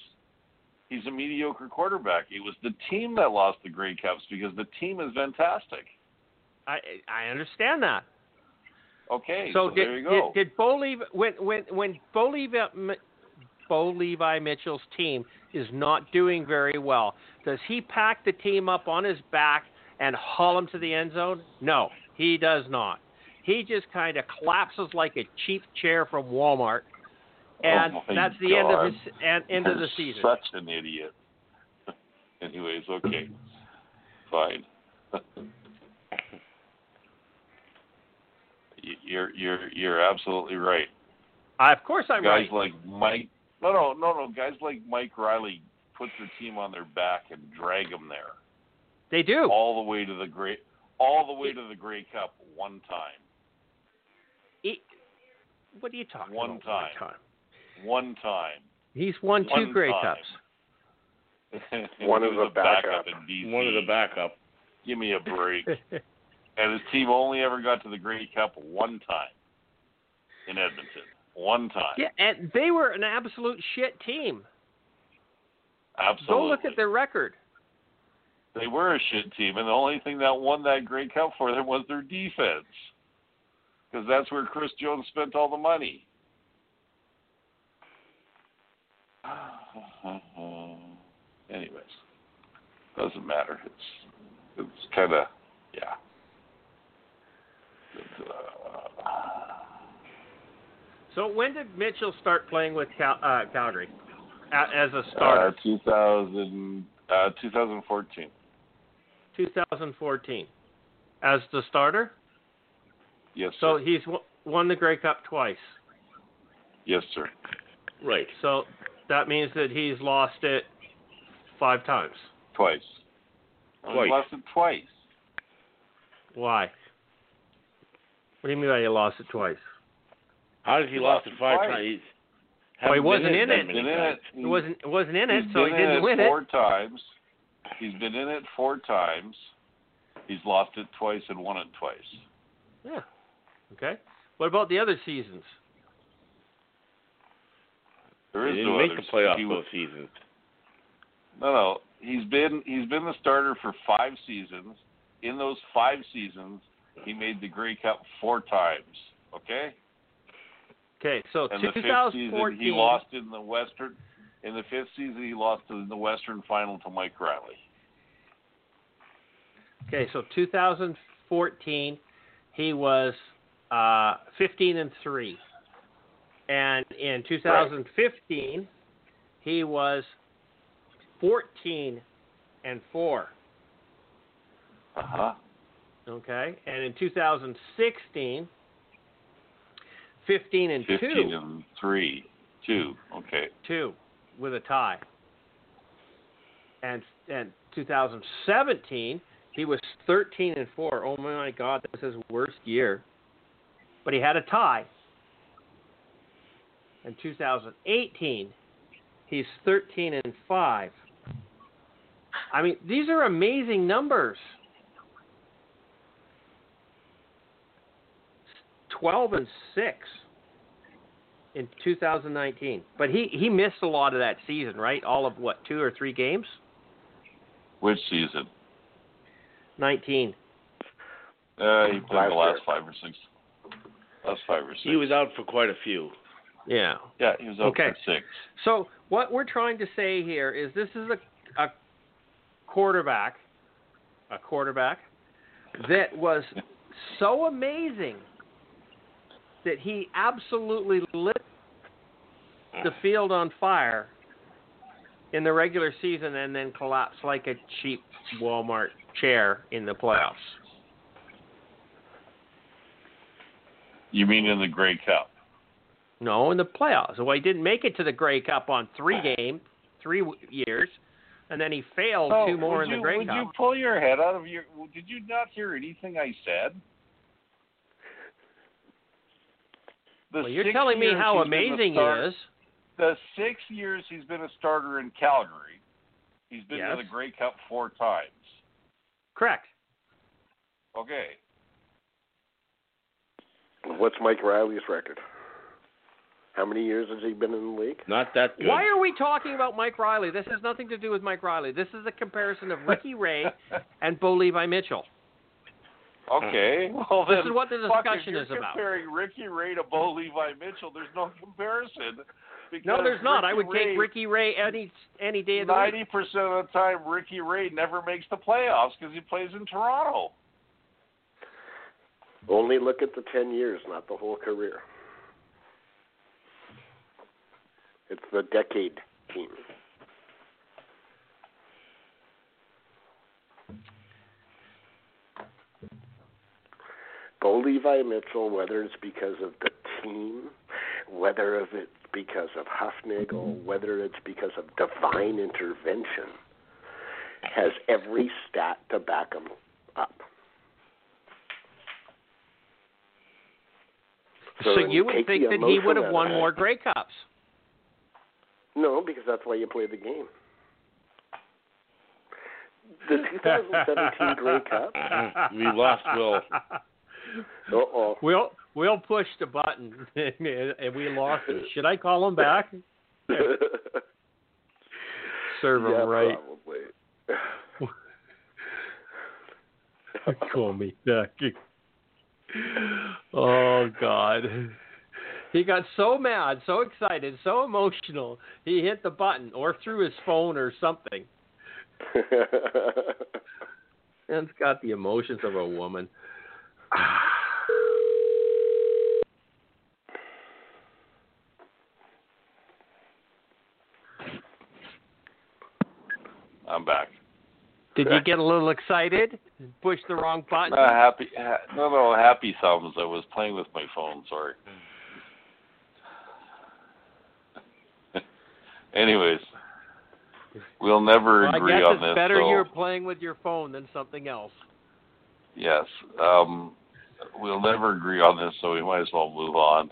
he's a mediocre quarterback. It was the team that lost the Grey Cups because the team is fantastic. I I understand that. Okay, so did, there you go. did did Bo Levi, when when when Bo Levi, Mi- Bo Levi Mitchell's team is not doing very well, does he pack the team up on his back and haul him to the end zone? No, he does not. He just kind of collapses like a cheap chair from Walmart, and Oh my that's the end God. of his and end of You're the season. Such an idiot. <laughs> Anyways, okay, fine. <laughs> Y- you're you're you're absolutely right. I, of course, I'm guys right. like Mike. No, no, no, no. Guys like Mike Riley put their team on their back and drag them there They do. all the way to the great, all the way to the Grey Cup one time, He, what are you talking One about? time. one time. <laughs> He's won two One Grey time. Cups. One He is was a backup. in DC. One of the backup. Give me a <laughs> break. and his team only ever got to the Grey Cup one time in Edmonton. One time. yeah, and they were an absolute shit team. Absolutely. Go look at their record. They were a shit team, and the only thing that won that Grey Cup for them was their defense, because that's where Chris Jones spent all the money. <sighs> Anyways, doesn't matter. It's it's kind of yeah. It's, uh, So when did Mitchell start playing with Cal- uh, Calgary A- as a starter? uh, 2000, uh, 2014. 2014 as the starter. Yes, So sir. he's w- won the Grey Cup twice. Yes, sir. Right. So that means that he's lost it five times. Twice. I Twice. lost it twice. Why? What do you mean by he lost it twice? How does he, He lost lost it five twice. times? He's- Well, he wasn't in that it. Been many in times. it. He wasn't wasn't in it, He's so he been in didn't it win four times. He's been in it four times. He's lost it twice and won it twice. it. Okay. What about the other seasons? There He is didn't no make others. the playoffs He was- both seasons. No, no. He's been he's been the starter for five seasons. In those five seasons, he made the Grey Cup four times. Okay, Okay, so and the fifth 2014. season he lost in the Western. In the fifth season, he lost in the Western Final to Mike Riley. Okay, so 2014, he was uh, 15 and three, and in 2015, he was 14 and four. Uh Uh-huh. huh. Okay, and in 2016, 15 and Fifteen two, and three, two. Okay. two with a tie. And and 2017, he was 13 and four. Oh my God, that was his worst year. But he had a tie. In 2018, he's 13 and five. I mean, these are amazing numbers. 12 and 6 in 2019. But he he missed a lot of that season, right? All of what, two or three games? Which season? 19. Uh, he played Last the last year. five or six. Last five or six. He was out for quite a few. Yeah. yeah, he was up Okay. for six. So, what we're trying to say here is this is a a quarterback a quarterback that was so amazing that he absolutely lit the field on fire in the regular season and then collapsed like a cheap Walmart chair in the playoffs. You mean in the Grey Cup? No, in the playoffs. Well, he didn't make it to the Grey Cup on three game, three w- years, and then he failed Oh, two more would in you, the Grey would Cup. you pull your head out of your? well, Did you not hear anything I said? The well, you're six telling me years how he's been the amazing he star- is. The six years he's been a starter in Calgary, he's been Yes. to the Grey Cup four times. Correct. Okay, <laughs> <laughs> What's Mike Riley's record? How many years has he been in the league? Not that good. Why are we talking about Mike Riley? This has nothing to do with Mike Riley. This is a comparison of <laughs> Ricky Ray and Bo Levi Mitchell. okay. Well, This then, is what the fuck, if discussion you're is about. Comparing Ricky Ray to Bo Levi Mitchell, there's no comparison. No, because there's not. I Ricky would Ray- take Ricky Ray any any day of the week. Ninety percent of the time, Ricky Ray never makes the playoffs because he plays in Toronto. Only look at the 10 years, not the whole career. It's the decade team. Bo Levi Mitchell, whether it's because of the team, whether if it's because of Huffnagel, whether it's because of divine intervention, has every stat to back him up. So when you would take think the that he emotion would out have of won it- more Grey Cups. No, because that's why you play the game. <laughs> The 2017 Grey Cup. Uh Uh-huh. Mm, we lost Will. <laughs> oh. Will Will pushed a button <laughs> and we lost him. Should I call him back? yeah, <laughs> Serve him right. probably. <laughs> call me back. Oh God. He got so mad, so excited, so emotional, he hit the button or threw his phone or something. And it's got the emotions of a woman. I'm back. Did you get a little excited? Push the wrong button? Uh, happy, ha, no, no, happy thumbs. I was playing with my phone. Sorry. <laughs> Anyways, we'll never Well, I agree guess on it's this. better so- you're playing with your phone than something else. Yes, um, we'll never agree on this, so we might as well move on.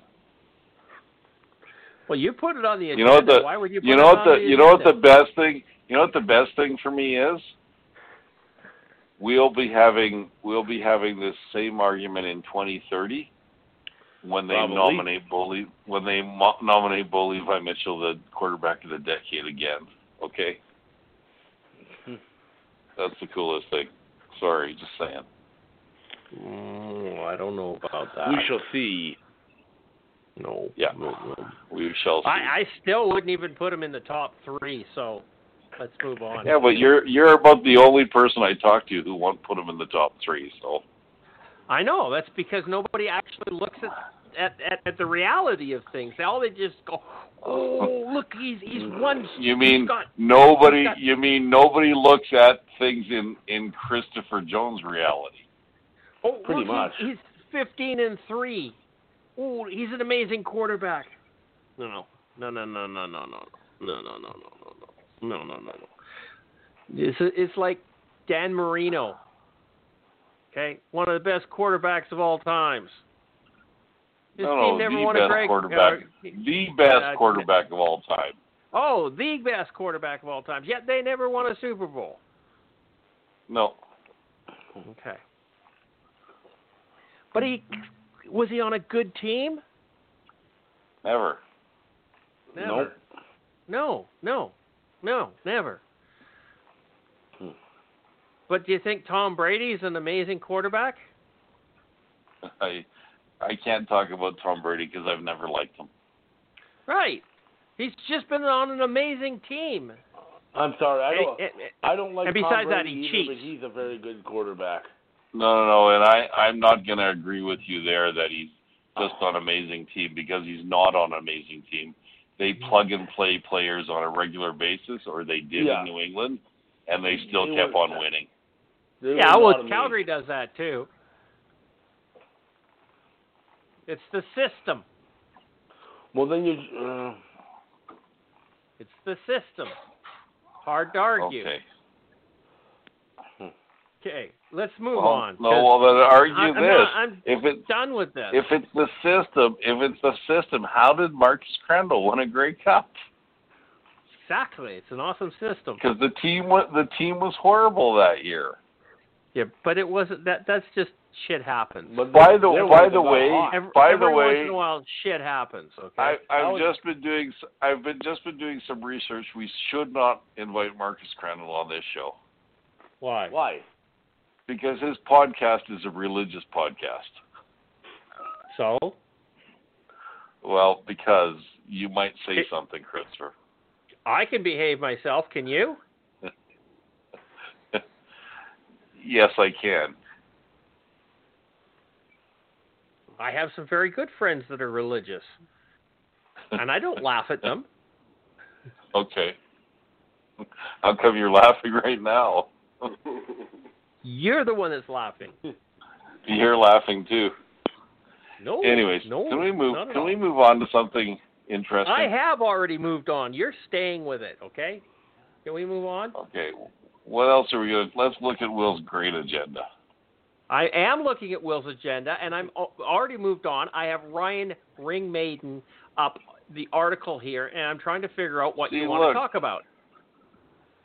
Well, you put it on the You agenda. know what the Why would you? Put you it know what on the the you know what the agenda? best thing you know what the best thing for me is. We'll be having we'll be having this same argument in 2030 when they Probably. nominate Bully when they mo- nominate Bo Levi Mitchell the quarterback of the decade again. Okay, Hmm. that's the coolest thing. Sorry, just saying. Mm, I don't know about that. we shall see. No. Yeah. No, no. We shall see. I, I still wouldn't even put him in the top three. So let's move on. yeah, but you're you're about the only person I talked to who won't put him in the top three. So. I know that's because nobody actually looks at. At, at, at the reality of things, all they just go, oh look, he's he's one. Mm. You mean he's got nobody? got- You mean nobody looks at things in in Christopher Jones' reality? Oh, Pretty look, much. He, he's 15 and 3. Ooh, he's an amazing quarterback. No, no. No, no, no, no, no, no. No, no, no, no, no, no. No, no, no, no. It's, it's like Dan Marino. Okay? One of the best quarterbacks of all times. This no, team no, never the won best a great quarterback, the best uh, quarterback of all time. Oh, the best quarterback of all times. Yet they never won a Super Bowl. No, Okay. But he was he on a good team? never. <laughs> Never. No, no, no, never. Hmm. But do you think Tom Brady's an amazing quarterback? I I can't talk about Tom Brady because I've never liked him. Right. He's just been on an amazing team. I'm sorry. I Eh, don't. eh, eh, I don't like. and Tom besides that, Brady he either, cheats. But he's a very good quarterback. No, no, no, and I I'm not going to agree with you there that he's just on amazing team because he's not on amazing team. They plug and play players on a regular basis, or they did Yeah. in New England, and they still They kept were- on winning. They yeah, were well, not amazing. Calgary does that too. It's the system. Well, then you. Uh, It's the system. Hard to argue. Okay. Okay, let's move Well, on. No, 'cause well then argue I- I'm this. not- I'm if it done with this. if it's the system, if it's the system, how did Marcus Crandall win a Grey Cup? exactly. It's an awesome system. Because the team wa- the team was horrible that year. Yeah, but it wasn't that. That's just shit happens. but By they- the- they were by the not way, hot. Every, By every the once way- in a while, shit happens. Okay. I, I've was- just been doing s- I've been just been doing some research. We should not invite Marcus Crandall on this show Why? why? because his podcast is a religious podcast. So? Well, because you might say It- something, Christopher. I can behave myself. Can you? Yes, I can. I have some very good friends that are <laughs> religious, and I don't laugh at them Okay. How come you're laughing right now? You're the one that's laughing. You're laughing too. No. Anyways, no, can we move? not at Can all. we move on to something interesting? I have already moved on. You're staying with it, okay? Can we move on? okay. What else are we gonna? Let's look at Will's great agenda. I am looking at Will's agenda, and I'm al- already moved on. I have Ryan Ringmaiden up the article here, and I'm trying to figure out what See, you want look. to talk about.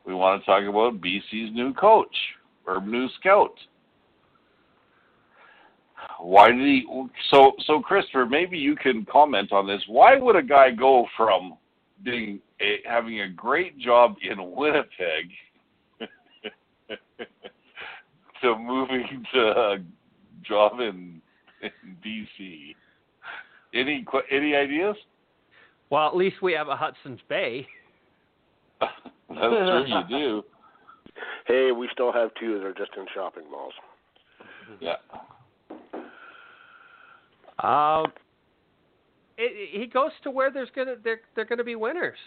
We want to talk about BC's new coach or new scout. Why did he? So, so Christopher, maybe you can comment on this. Why would a guy go from being a, having a great job in Winnipeg <laughs> to moving to a job in, in BC? Any que- any ideas? <laughs> Well, at least we have a Hudson's Bay. That's true, you do. <laughs> Hey, we still have two that are just in shopping malls. Yeah. Uh, Um, it, it- he goes to where there's gonna they're they're gonna be winners,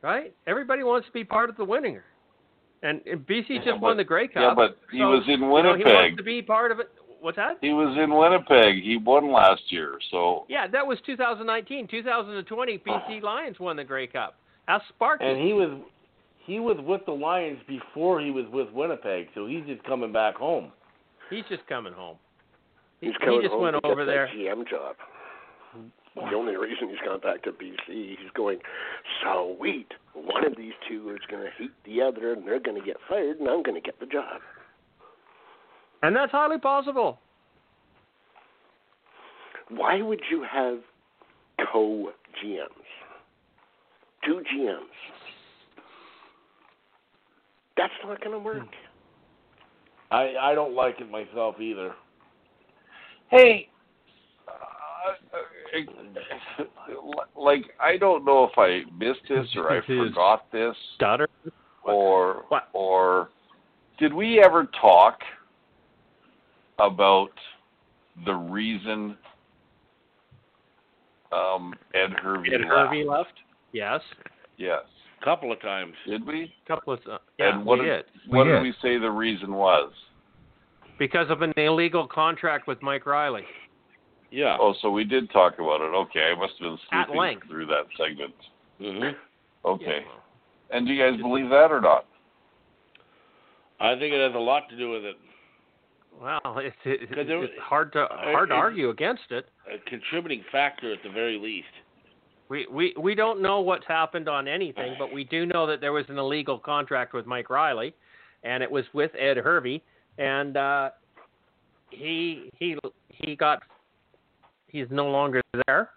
right? Everybody wants to be part of the winner, and, and BC just Yeah, won but- the Grey Cup. Yeah, but he so, was in you know, Winnipeg. he wants to be part of it. What's that? He was in Winnipeg. He won last year, so Yeah, that was 2019. 2020, <sighs> BC Lions won the Grey Cup. Ask Sparky. And he was he was with the Lions before he was with Winnipeg, so he's just coming back home. He's just coming home. He, He's he coming just home went to get over that there. GM job. The only reason he's gone back to BC, he's going, sweet. One of these two is going to hate the other, and they're going to get fired, and I'm going to get the job. And that's highly possible. Why would you have co GMs? Two GMs. That's not going to work. I I don't like it myself either. Hey, uh, like I don't know if I missed this or I Confused. forgot this Daughter. or What? or did we ever talk about the reason um, Ed Hervey Ed left? Hervey left. Yes. Yes, Couple of times. did we? couple of uh, yeah, and what we did. did what We did did. we say the reason was? because of an illegal contract with Mike Riley. Yeah. Oh, so we did talk about it. Okay, I must have been At sleeping length. through that segment. hmm Okay. And do you guys believe that or not? I think it has a lot to do with it. Well, it's, it, 'Cause there- it's hard to hard to it- argue against it. A contributing factor at the very least. We, we we don't know what's happened on anything, but we do know that there was an illegal contract with Mike Riley, and it was with Ed Hervey, and uh, he he he got he's no longer there.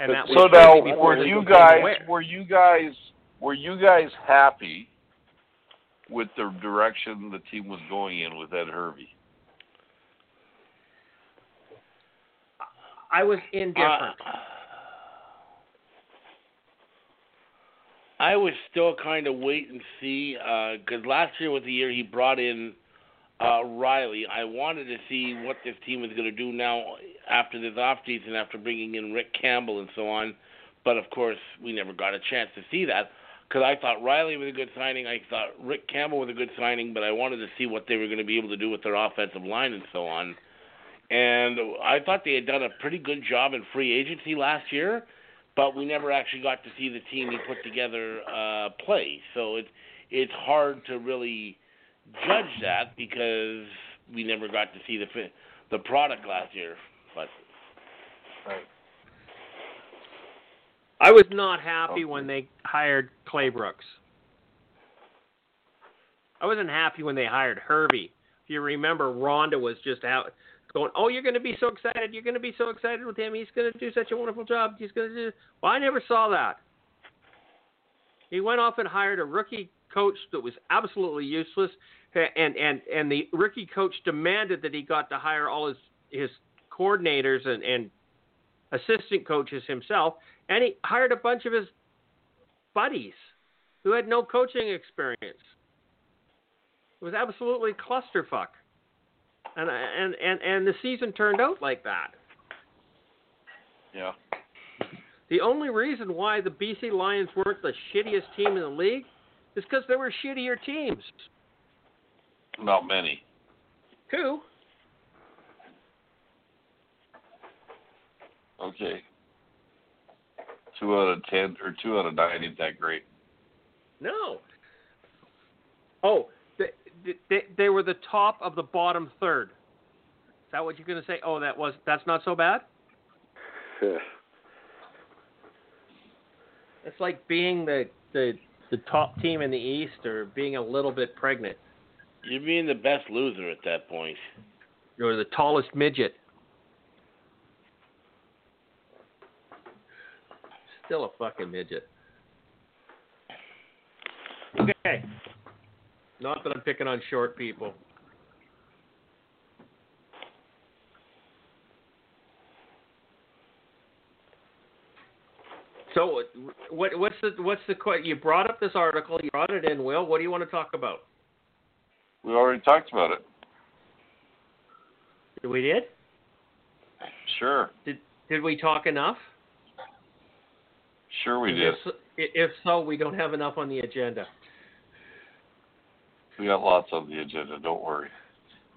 And that so was now, before were we you became guys aware. were you guys were you guys happy with the direction the team was going in with Ed Hervey? I was indifferent. Uh, I was still kind of wait and see because last year was the year he brought in uh, Riley. I wanted to see what this team was going to do now after this offseason, after bringing in Rick Campbell and so on. But of course, we never got a chance to see that because I thought Riley was a good signing. I thought Rick Campbell was a good signing, but I wanted to see what they were going to be able to do with their offensive line and so on. And I thought they had done a pretty good job in free agency last year, but we never actually got to see the team he put together uh, play. So it's it's hard to really judge that because we never got to see the fi- the product last year. But I was not happy when they hired Clay Brooks. I wasn't happy when they hired Hervey. If you remember, Rhonda was just out going, "Oh, you're going to be so excited! You're going to be so excited with him! He's going to do such a wonderful job! He's going to do." Well, I never saw that. He went off and hired a rookie coach that was absolutely useless, and and and the rookie coach demanded that he got to hire all his his coordinators and and assistant coaches himself, and he hired a bunch of his buddies who had no coaching experience. It was absolutely clusterfuck, and and and and the season turned out like that. Yeah. The only reason why the BC Lions weren't the shittiest team in the league is because there were shittier teams. Not many. Two. Okay. Two out of ten or two out of nine ain't that great. No. Oh, they, they, they were the top of the bottom third. Is that what you're going to say? Oh, that was that's not so bad. It's like being the the the top team in the East or being a little bit pregnant. you're being the best loser at that point. You're the tallest midget. Still a fucking midget. Okay. Not that I'm picking on short people. So what what's the what's the que- you brought up this article you brought it in Will what do you want to talk about We already talked about it. we did Sure. did did we talk enough Sure we did. If, so- if so, we don't have enough on the agenda. We got lots on the agenda, don't worry.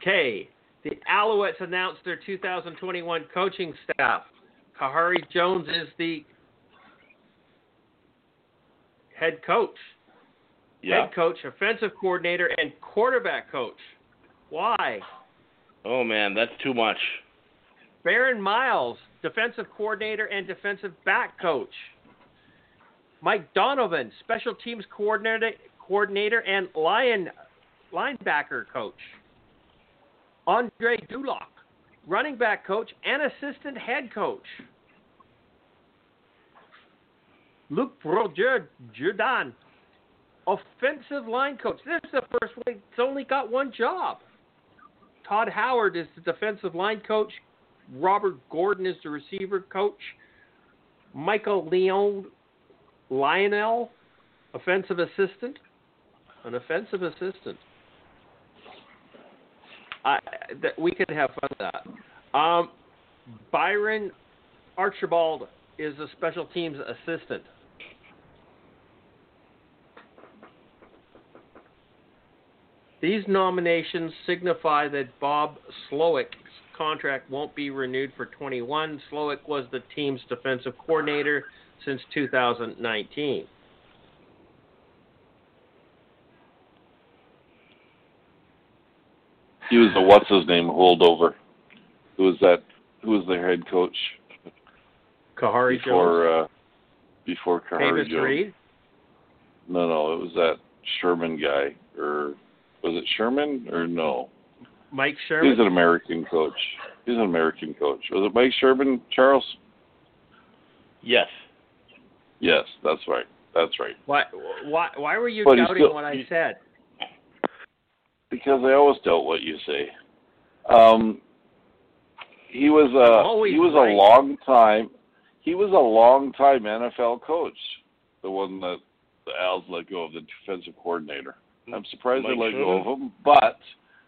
Okay. The Alouettes announced their 2021 coaching staff. Kahari Jones is the head coach, Yeah. head coach, offensive coordinator, and quarterback coach. Why? Oh man, that's too much. Baron Miles, defensive coordinator and defensive back coach. Mike Donovan, special teams coordinator, coordinator and lion linebacker coach. Andre Duloc, running back coach and assistant head coach. Luke Roger Jordan, offensive line coach. This is the first one. It's only got one job. Todd Howard is the defensive line coach. Robert Gordon is the receiver coach. Michael Leon Lionel, offensive assistant. An offensive assistant. I, th- we could have fun with that. Um, Byron Archibald is a special teams assistant. These nominations signify that Bob Slowick's contract won't be renewed for 21. Slowick was the team's defensive coordinator since 2019. He was the what's his name holdover. Who was that? Who was their head coach Kahari Jones. before uh, before Kahari Davis Jones? Reed. No, no, it was that Sherman guy, or was it Sherman or no? Mike He's Sherman. an American coach. He's an American coach. Was it Mike Sherman, Charles? Yes. Yes, that's right. That's right. Why, why, why were you But he's doubting still- what he's- I said? Because I always doubt what you say. Um, he was I'm a always he was right. a long time he was a long time NFL coach. The one that the Al's let go of the defensive coordinator. I'm surprised they Mike let go of him, but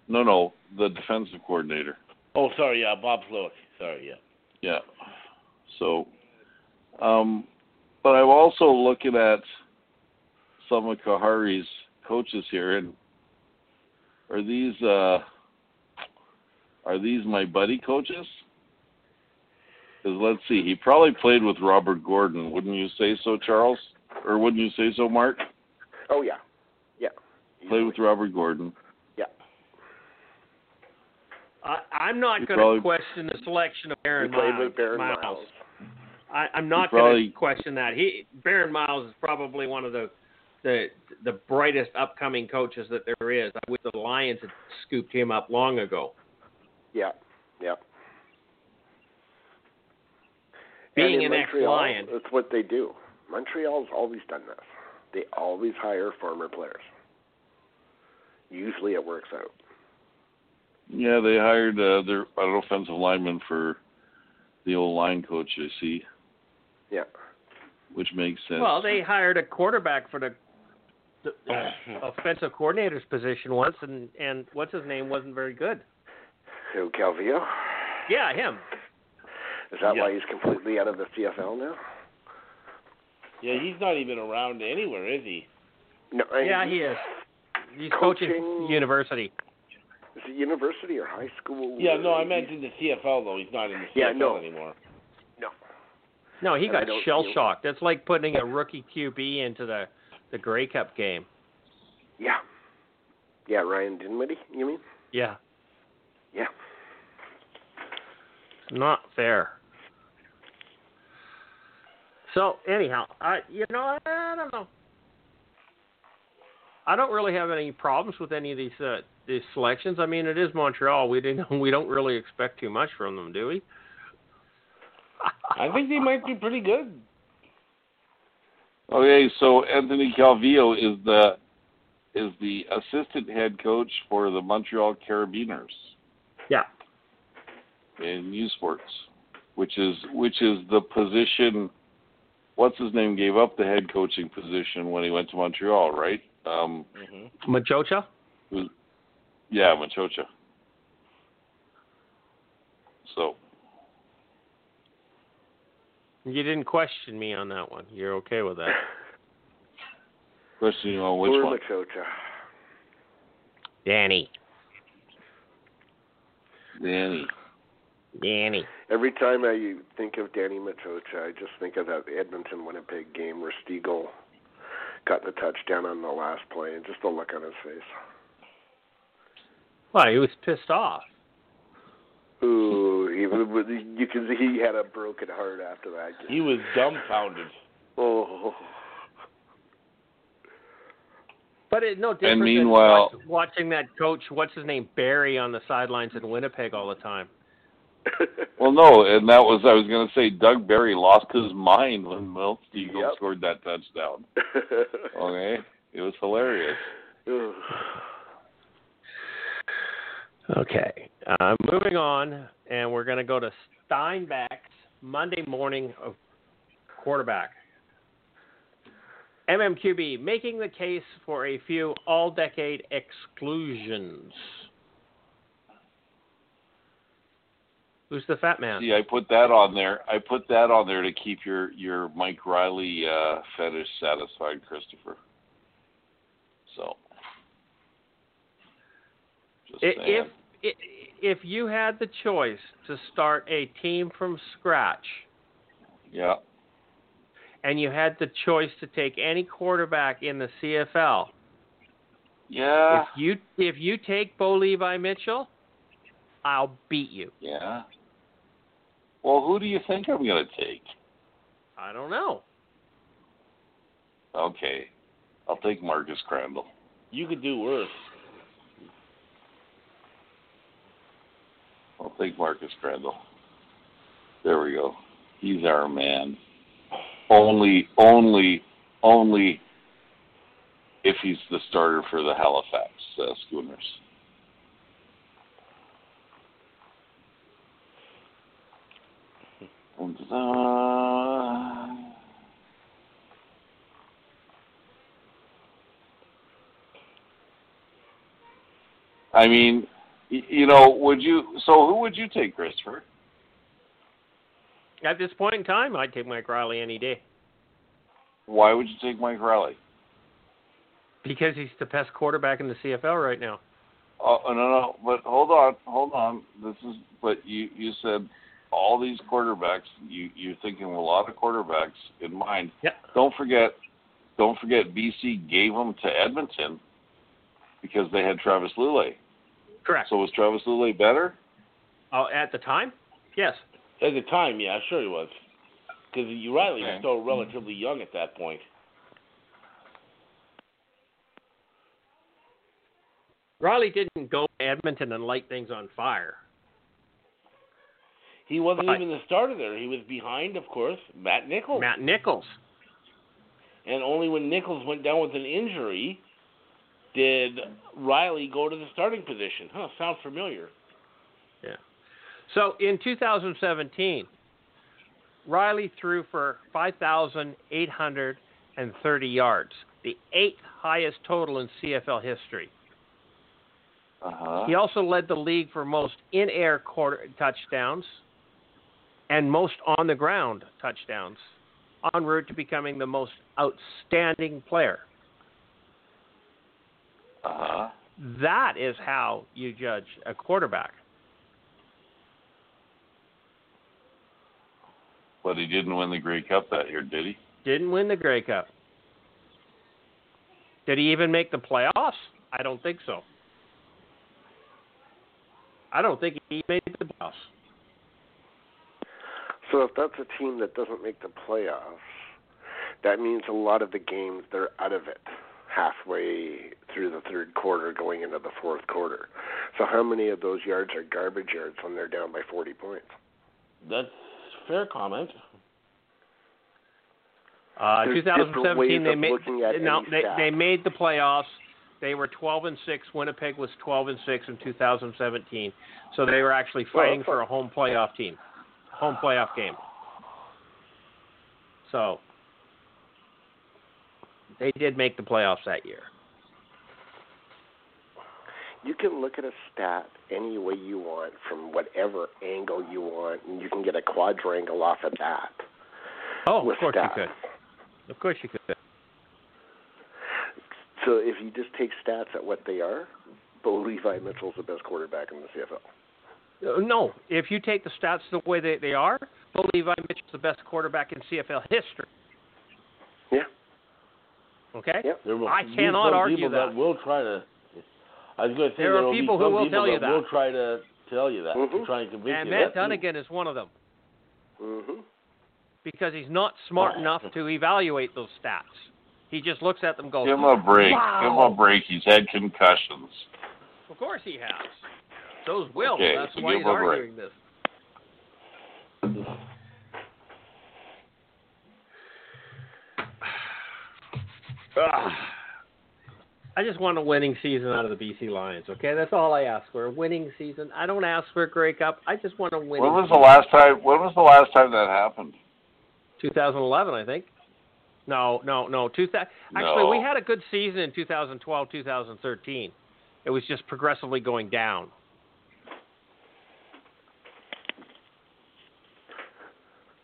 no, no, the defensive coordinator. Oh, sorry. Yeah, Bob Slowick. Sorry. Yeah. Yeah. So, um, but I'm also looking at some of Kahari's coaches here, and are these uh, are these my buddy coaches? Because let's see, he probably played with Robert Gordon, wouldn't you say so, Charles? Or wouldn't you say so, Mark? Oh yeah, yeah. Played with Robert Gordon. Yeah. I, I'm not You going to probably- question the selection of He Baron played Miles. with Baron Miles. Miles. I, I'm not You going probably- to question that. He Baron Miles is probably one of the the the brightest upcoming coaches that there is. I wish the Lions had scooped him up long ago. Yeah, yeah. Being And in an Montreal, uh, ex-Lion. that's what they do. Montreal's always done this. They always hire former players. Usually, it works out. Yeah, they hired uh, their an offensive lineman for the old line coach. I see, Yeah. which makes sense. Well, they hired a quarterback for the, the uh, <coughs> offensive coordinator's position once, and and what's his name wasn't very good. Who Calvillo? Yeah, him. Is that Yeah. why he's completely out of the CFL now? Yeah, he's not even around anywhere, is he? No. I- Yeah, he is. He's coaching Coaching- university. Is it university or high school? Yeah, no, I meant in the CFL though. He's not in the CFL Yeah, no. anymore. No. No, he And I got don't- shell shocked. That's like putting a rookie QB into the the Grey Cup game. Yeah. Yeah, Ryan Dinwiddie. You mean? Yeah, Yeah. not fair. So anyhow, I you know I don't know. I don't really have any problems with any of these uh, these selections. I mean, it is Montreal. We didn't <laughs> we don't really expect too much from them, do we? I think they might be pretty good. Okay, so Anthony Calvillo is the is the assistant head coach for the Montreal Carabiners Yeah. in U Sports, which is which is the position. What's his name gave up the head coaching position when he went to Montreal, right? Um, <laughs> Mm-hmm. Machocha. yeah, Machocha. So You didn't question me on that one. You're okay with that? question on Poor which one? Machocha. Danny. Danny. Danny. Every time I think of Danny Matocha, I just think of that Edmonton Winnipeg game where Stiegel got the touchdown on the last play and just the look on his face. Well, he was pissed off. Ooh, he He, was- you can see he had a broken heart after that. He was dumbfounded. Oh, <laughs> But it, no different. than meanwhile- watch- watching that coach, what's his name, Barry, on the sidelines in Winnipeg all the time. Oh. Well, no, and that was I was going to say Doug Berry lost his mind when Milt Eagle Yep. scored that touchdown. Okay, it was hilarious. Okay, uh, moving on, and we're going to go to Steinbach's Monday morning of quarterback. MMQB making the case for a few all-decade exclusions. Who's the fat man? See, I put that on there. I put that on there to keep your your Mike Riley uh, fetish satisfied, Christopher. So, just I- saying. if i- if you had the choice to start a team from scratch yeah, and you had the choice to take any quarterback in the CFL, yeah, if you if you take Bo Levi Mitchell, I'll beat you. yeah. Well, who do you think I'm going to take? I don't know. Okay, I'll take Marcus Crandall. You could do worse. I'll take Marcus Crandall. There we go. He's our man. Only, only, only if he's the starter for the Halifax uh, Schooners. And, uh, I mean, y- you know, would you? So, who would you take, Christopher? At this point in time, I'd take Mike Riley any day Why would you take Mike Riley? because he's the best quarterback in the CFL right now. Oh no, no, but hold on, hold on. This is, but you you said all these quarterbacks. You you're thinking of a lot of quarterbacks in mind. Yeah. Don't forget, don't forget. BC gave them to Edmonton because they had Travis Lule. Correct. So was Travis Lule better? Oh, at the time, yes. At the time, yeah, sure he was. Because Riley was Okay. still relatively young at that point. Riley didn't go to Edmonton and light things on fire. He wasn't Right. even the starter there. He was behind, of course, Matt Nichols. Matt Nichols. And only when Nichols went down with an injury did Riley go to the starting position. Huh, sounds familiar. So in 2017, Riley threw for 5,830 yards, the eighth highest total in CFL history. Uh huh. He also led the league for most in air quarter touchdowns and most on the ground touchdowns, en route to becoming the most outstanding player. Uh huh. That is how you judge a quarterback. But he didn't win the Grey Cup that year, did he? Didn't win the Grey Cup. Did he even make the playoffs? I don't think so. I don't think he made the playoffs. so if that's a team that doesn't make the playoffs, that means a lot of the games they're out of it halfway through the third quarter, going into the fourth quarter. So how many of those yards are garbage yards when they're down by 40 points? That's a fair comment. Uh, There's different 2017, ways they of made looking at no, any they, stat. they made the playoffs. They were 12 and six. Winnipeg was 12 and six in 2017, so they were actually Well, fighting that's for not- a home playoff team, home playoff game. So they did make the playoffs that year. You can look at a stat any way you want from whatever angle you want, and you can get a quadrangle off of that. Oh, with of course stats. you could. Of course you could. So if you just take stats at what they are, Bo Levi Mitchell's the best quarterback in the CFL. Uh, No, if you take the stats the way they, they are, Bo Levi Mitchell's the best quarterback in CFL history. Yeah. Okay. Yep. There will I be cannot some argue people that. will try to. I was going to say There are will be people who some will people tell you that that. will try to tell you that. Mhm. I'm trying to convince and you Matt that. Dunnigan is one of them Mm-hmm. because he's not smart enough to evaluate those stats. He just looks at them, goes, Give him a break. Give Wow. him a break. He's had concussions. Of course he has. So's Will. Okay, That's so why give he's him a break. arguing this. <sighs> Ugh. I just want a winning season out of the BC Lions, okay? That's all I ask for. A winning season. I don't ask for a Grey Cup. I just want a winning When was the last time? When was the last time that happened? 2011, I think. No, no, no. Two thou- Actually, No. we had a good season in 2012, 2013. It was just progressively going down.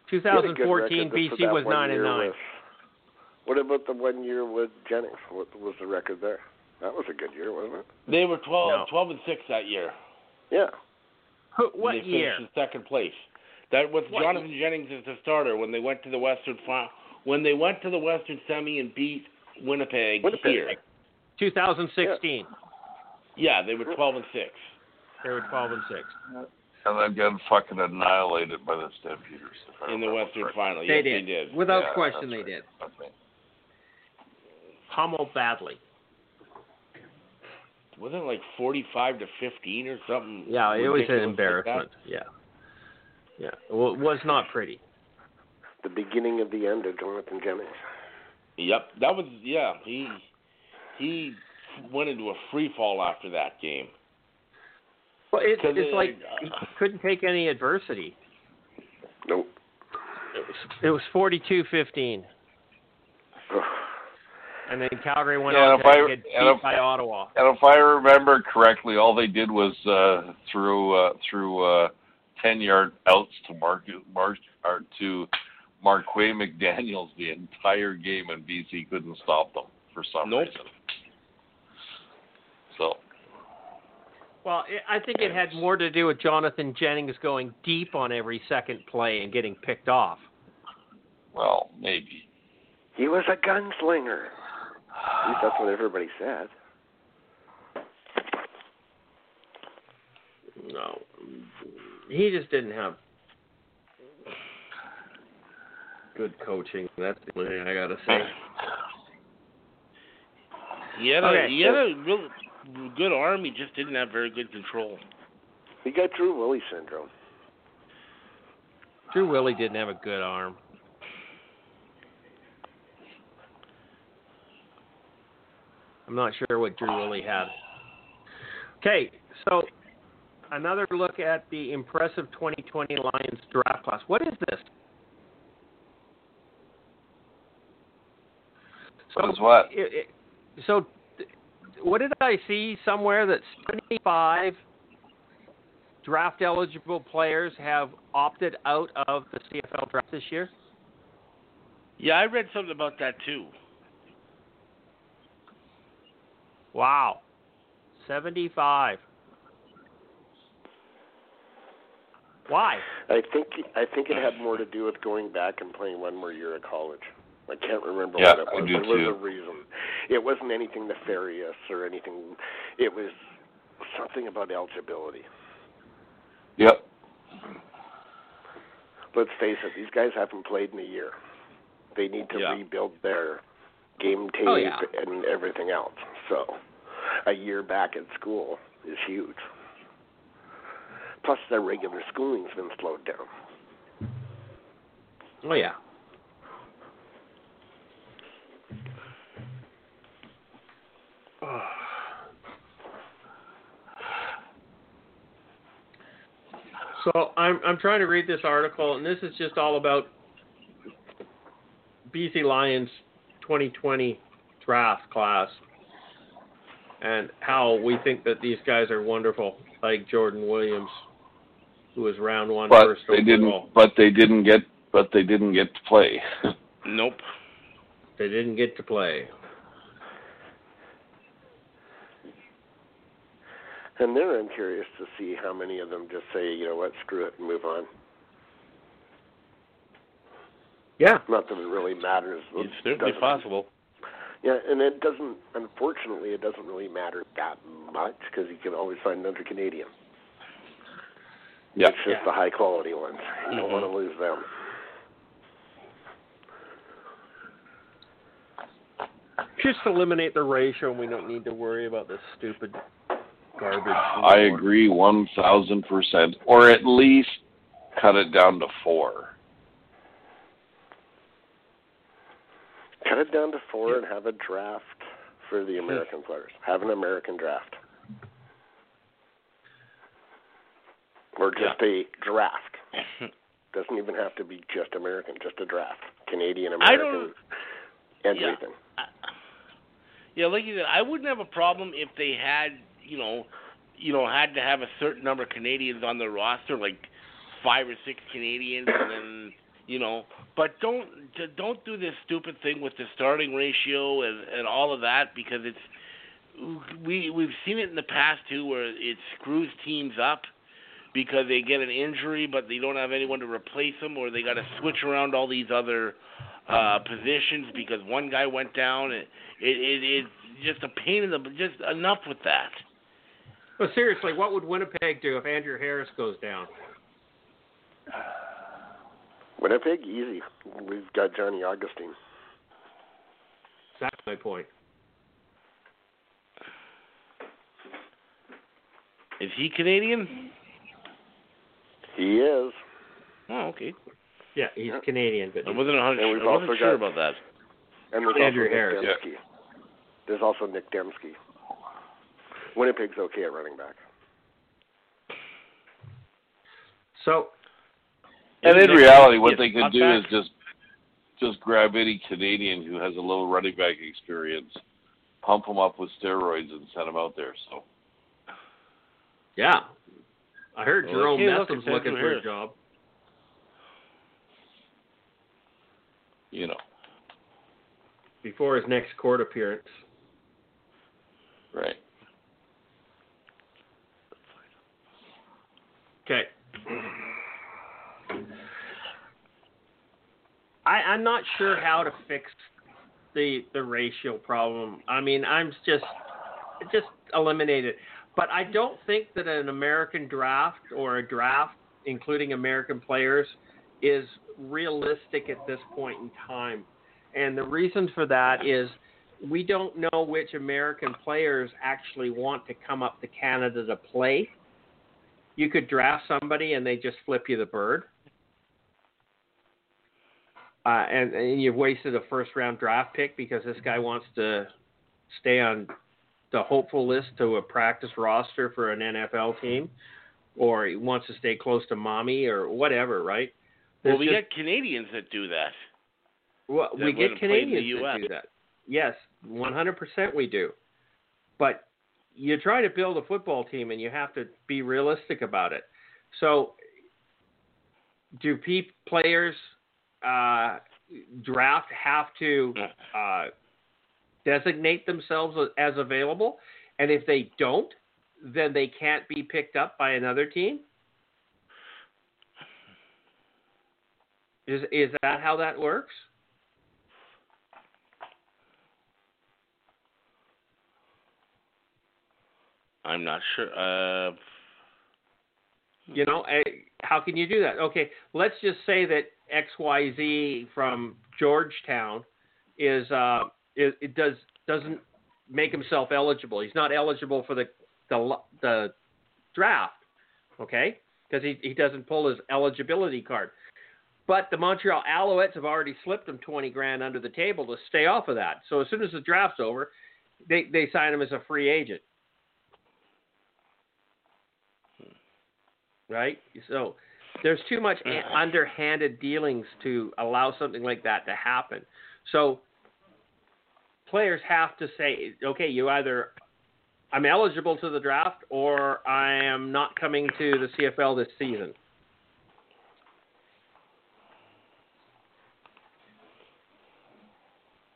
He had a good 2014 record for BC that was one nine and year nine. with- what about the one year with Jennings? What was the record there? That was a good year, wasn't it? They were 12, No. 12 and 6 that year. Yeah. Who- and What they year? finished in second place. That was What- Jonathan Jennings as the starter when they went to the Western final. When they went to the Western semi and beat Winnipeg, Winnipeg. here. 2016. Yeah, they were 12 and 6. They were 12 and six. And then got fucking annihilated by the Stampeders. if I in the remember Western correctly. final. They yes, did. they did. Without Yeah, question, they that's did. right. Okay. Humble badly. Wasn't it like 45 to 15 or something? Yeah, it was an ridiculous like that? embarrassment. yeah. Yeah. Well, it was not pretty. The beginning of the end of Jonathan Jennings. Yep, that was yeah. He he went into a free fall after that game. Well, it, 'Cause it's it- like he couldn't take any adversity. Nope. It was 42-15, and then Calgary went Yeah, on and to if I- get beat and if- by Ottawa. And if I remember correctly, all they did was uh, threw uh, threw uh, ten yard outs to Mark Mark or to Marquay McDaniel's the entire game, and BC couldn't stop them for some Nope. reason. So Well, i I think it had more to do with Jonathan Jennings going deep on every second play and getting picked off. well, maybe He was a gunslinger. At least that's what everybody said. No, he just didn't have good coaching. That's the only thing I gotta say. He had a, Okay, he had a real good arm. He just didn't have very good control. He got Drew Willie syndrome. Drew Willie didn't have a good arm. I'm not sure what Drew Willie had. Okay, so another look at the impressive 2020 Lions draft class. What is this? What is what? It, it, so, th- what did I see somewhere that 75 draft eligible players have opted out of the CFL draft this year? Yeah, I read something about that too. Wow. 75. Why? I think I think it had more to do with going back and playing one more year at college. I can't remember Yeah, what it I was. do there too. was a reason. It wasn't anything nefarious or anything. It was something about eligibility. Yep. Let's face it; these guys haven't played in a year. They need to Yeah. rebuild their game tape Oh, yeah. and everything else. So, a year back at school is huge. Plus, their regular schooling's been slowed down. Oh, yeah. So I'm I'm trying to read this article, and this is just all about BC Lions 2020 draft class and how we think that these guys are wonderful, like Jordan Williams, who was round one But first they didn't. overall. But they didn't get. But they didn't get to play. <laughs> Nope. They didn't get to play. And there, I'm curious to see how many of them just say, you know what, screw it and move on. Yeah. Not that it really matters. It's certainly <laughs> Doesn't- possible. Yeah, and it doesn't. Unfortunately, it doesn't really matter that much because you can always find another Canadian. Yeah. It's just the high quality ones. You don't want to lose them. Just eliminate the ratio, and we don't need to worry about this stupid garbage. I agree 1000%, or at least cut it down to four. Cut it down to four and have a draft for the American players. Have an American draft. Or just a draft. Doesn't even have to be just American, just a draft. Canadian, I American, don't. yeah. everything. Yeah, like you said, I wouldn't have a problem if they had, you know, you know, had to have a certain number of Canadians on their roster, like five or six Canadians, and then you know, but don't d- don't do this stupid thing with the starting ratio and and all of that because it's we we've seen it in the past too where it screws teams up because they get an injury but they don't have anyone to replace them or they got to switch around all these other uh positions because one guy went down and it, it it's just a pain in the just enough with that. But seriously, what would Winnipeg do if Andrew Harris goes down? Winnipeg, easy. We've got Johnny Augustine. That's my point. Is he Canadian? He is. Oh, okay. Yeah, he's Canadian, but I wasn't a hundred. And we've I wasn't also sure got- about that. And there's Andrew also Harris. Nick Dembski. There's also Nick Dembski. Winnipeg's okay at running back. so And in Nick reality, what Dembski they is could not do back. is just just grab any Canadian who has a little running back experience, pump them up with steroids, and send them out there. So yeah, I heard Well, Jerome okay, look, Nessum's it's Andrew looking for a Harris. job. you know, before his next court appearance. right? Okay. I, I'm not sure how to fix the the racial problem. I mean, I'm just just eliminate it. But I don't think that an American draft or a draft including American players is realistic at this point in time. And the reason for that is we don't know which American players actually want to come up to Canada to play you could draft somebody and they just flip you the bird. Uh, and, and you've wasted a first round draft pick because this guy wants to stay on the hopeful list to a practice roster for an NFL team, or he wants to stay close to mommy or whatever, right? Well, There's we just- got Canadians that do that. well, that we would've get played in the Canadians that US. do that. Yes, 100% we do. But you try to build a football team and you have to be realistic about it. So, do peep players uh, draft have to uh, designate themselves as available? And if they don't, then they can't be picked up by another team? Is, is that how that works? I'm not sure. Uh, You know, eh, how can you do that? Okay, let's just say that XYZ from Georgetown is uh is, it does doesn't make himself eligible. He's not eligible for the the lo- the draft, okay? Because he he doesn't pull his eligibility card. But the Montreal Alouettes have already slipped him twenty grand under the table to stay off of that. So as soon as the draft's over, they they sign him as a free agent. right? So there's too much a- underhanded dealings to allow something like that to happen. So players have to say, okay, you either I'm eligible to the draft or I am not coming to the CFL this season.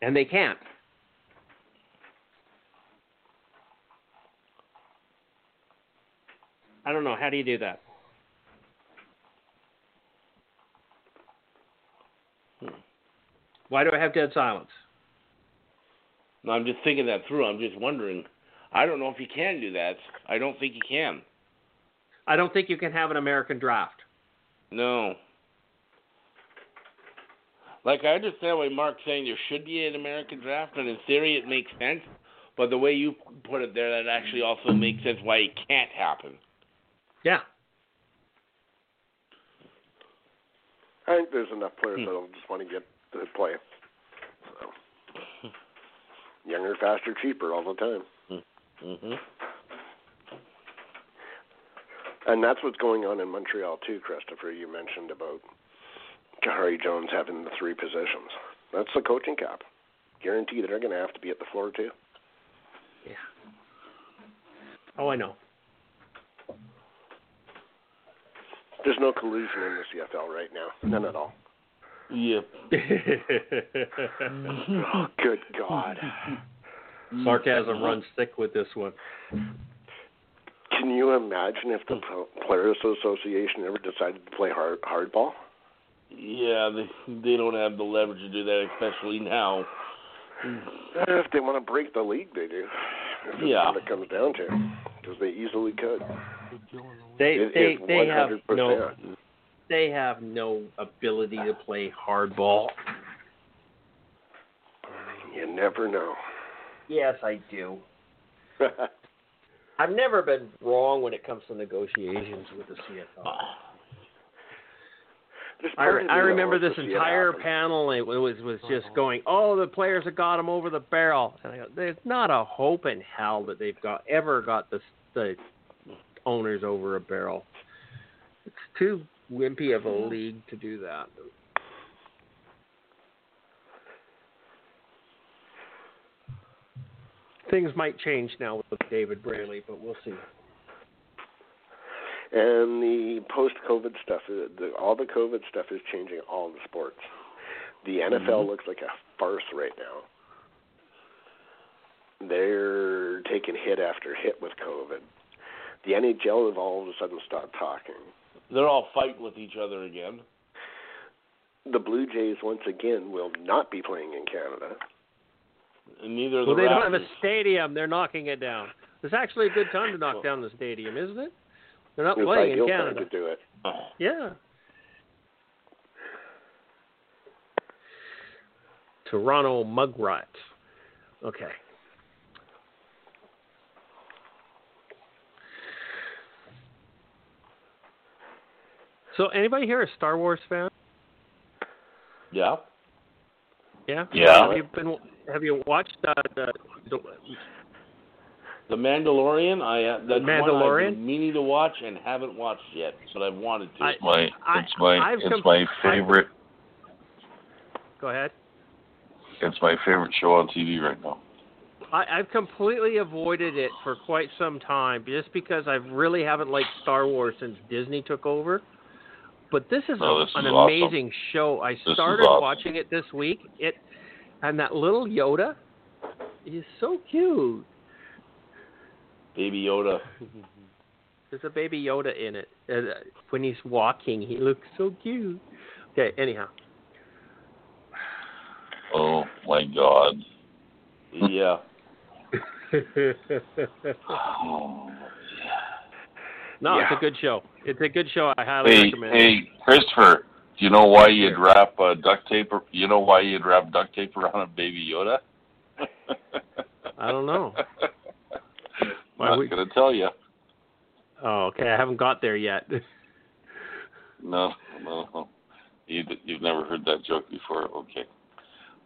And they can't. I don't know. How do you do that? Why do I have dead silence? no, I'm just thinking that through. I'm just wondering. I don't know if you can do that. I don't think you can. I don't think you can have an American draft. No. Like I understand why Mark's saying there should be an American draft, and in theory it makes sense. But the way you put it there, that actually also makes sense why it can't happen. Yeah. I think there's enough players that'll just want to get to play. So. Younger, faster, cheaper all the time. Mm-hmm. And that's what's going on in Montreal too, Christopher. You mentioned about Jahari Jones having the three positions. That's the coaching cap. Guarantee they're going to have to be at the floor too. Yeah. Oh, I know. There's no collusion in the CFL right now. None at all. Yep. Oh, good God. Sarcasm runs thick with this one. Can you imagine if the Pro- Players Association ever decided to play hard hardball? Yeah, they they don't have the leverage to do that, especially now. Eh, If they want to break the league, they do. If it's Yeah. what it comes down to, because they easily could. They It- they it's they have 100%. no they have no ability to play hardball. You never know. <laughs> Yes, I do. I've never been wrong when it comes to negotiations with the CFL. There's I, part of me I that remember wants this to see it entire happen. panel. It was was just going, "Oh, the players have got them over the barrel." And I go, "There's not a hope in hell that they've got ever got the the owners over a barrel. It's too wimpy of a league to do that." Things might change now with David Braley, but we'll see. and the post-COVID stuff, uh, the, all the COVID stuff is changing all the sports. The NFL looks like a farce right now. They're taking hit after hit with COVID. The NHL have all of a sudden stopped talking. They're all fighting with each other again. The Blue Jays once again will not be playing in Canada. And neither of the Well, they don't have Raptors. a stadium. They're knocking it down. It's actually a good time to knock down the stadium, isn't it? They're not It's playing ideal in time Canada. to do it. Yeah. Toronto Mugrat. Okay. So, anybody here a Star Wars fan? <sighs> yeah. Yeah. Yeah. Have you been? Have you watched uh, the, the The Mandalorian. I uh, that's one I've Mandalorian? been meaning to watch and haven't watched yet, but I've wanted to. I- my I- it's my I've it's com- my I've- favorite Go ahead. it's my favorite show on TV right now. I, I've completely avoided it for quite some time, just because I really haven't liked Star Wars since Disney took over. But this is, No, Oh, this an is awesome. amazing show. I is started awesome. watching it this week. It and that little Yoda, he's so cute. Baby Yoda. There's a baby Yoda in it. And, uh, when he's walking, he looks so cute. Okay, <laughs> anyhow, Oh my god. Yeah. Oh. no, it's Yeah. a good show. It's a good show. I highly Hey, recommend. it. hey, Christopher, do you know why you'd wrap uh, duct tape? ar- You know why you'd wrap duct tape around a baby Yoda? <laughs> I don't know. Why Not would- gonna tell you. Oh, okay, I haven't got there yet. <laughs> No, no, no. You, you've never heard that joke before. Okay,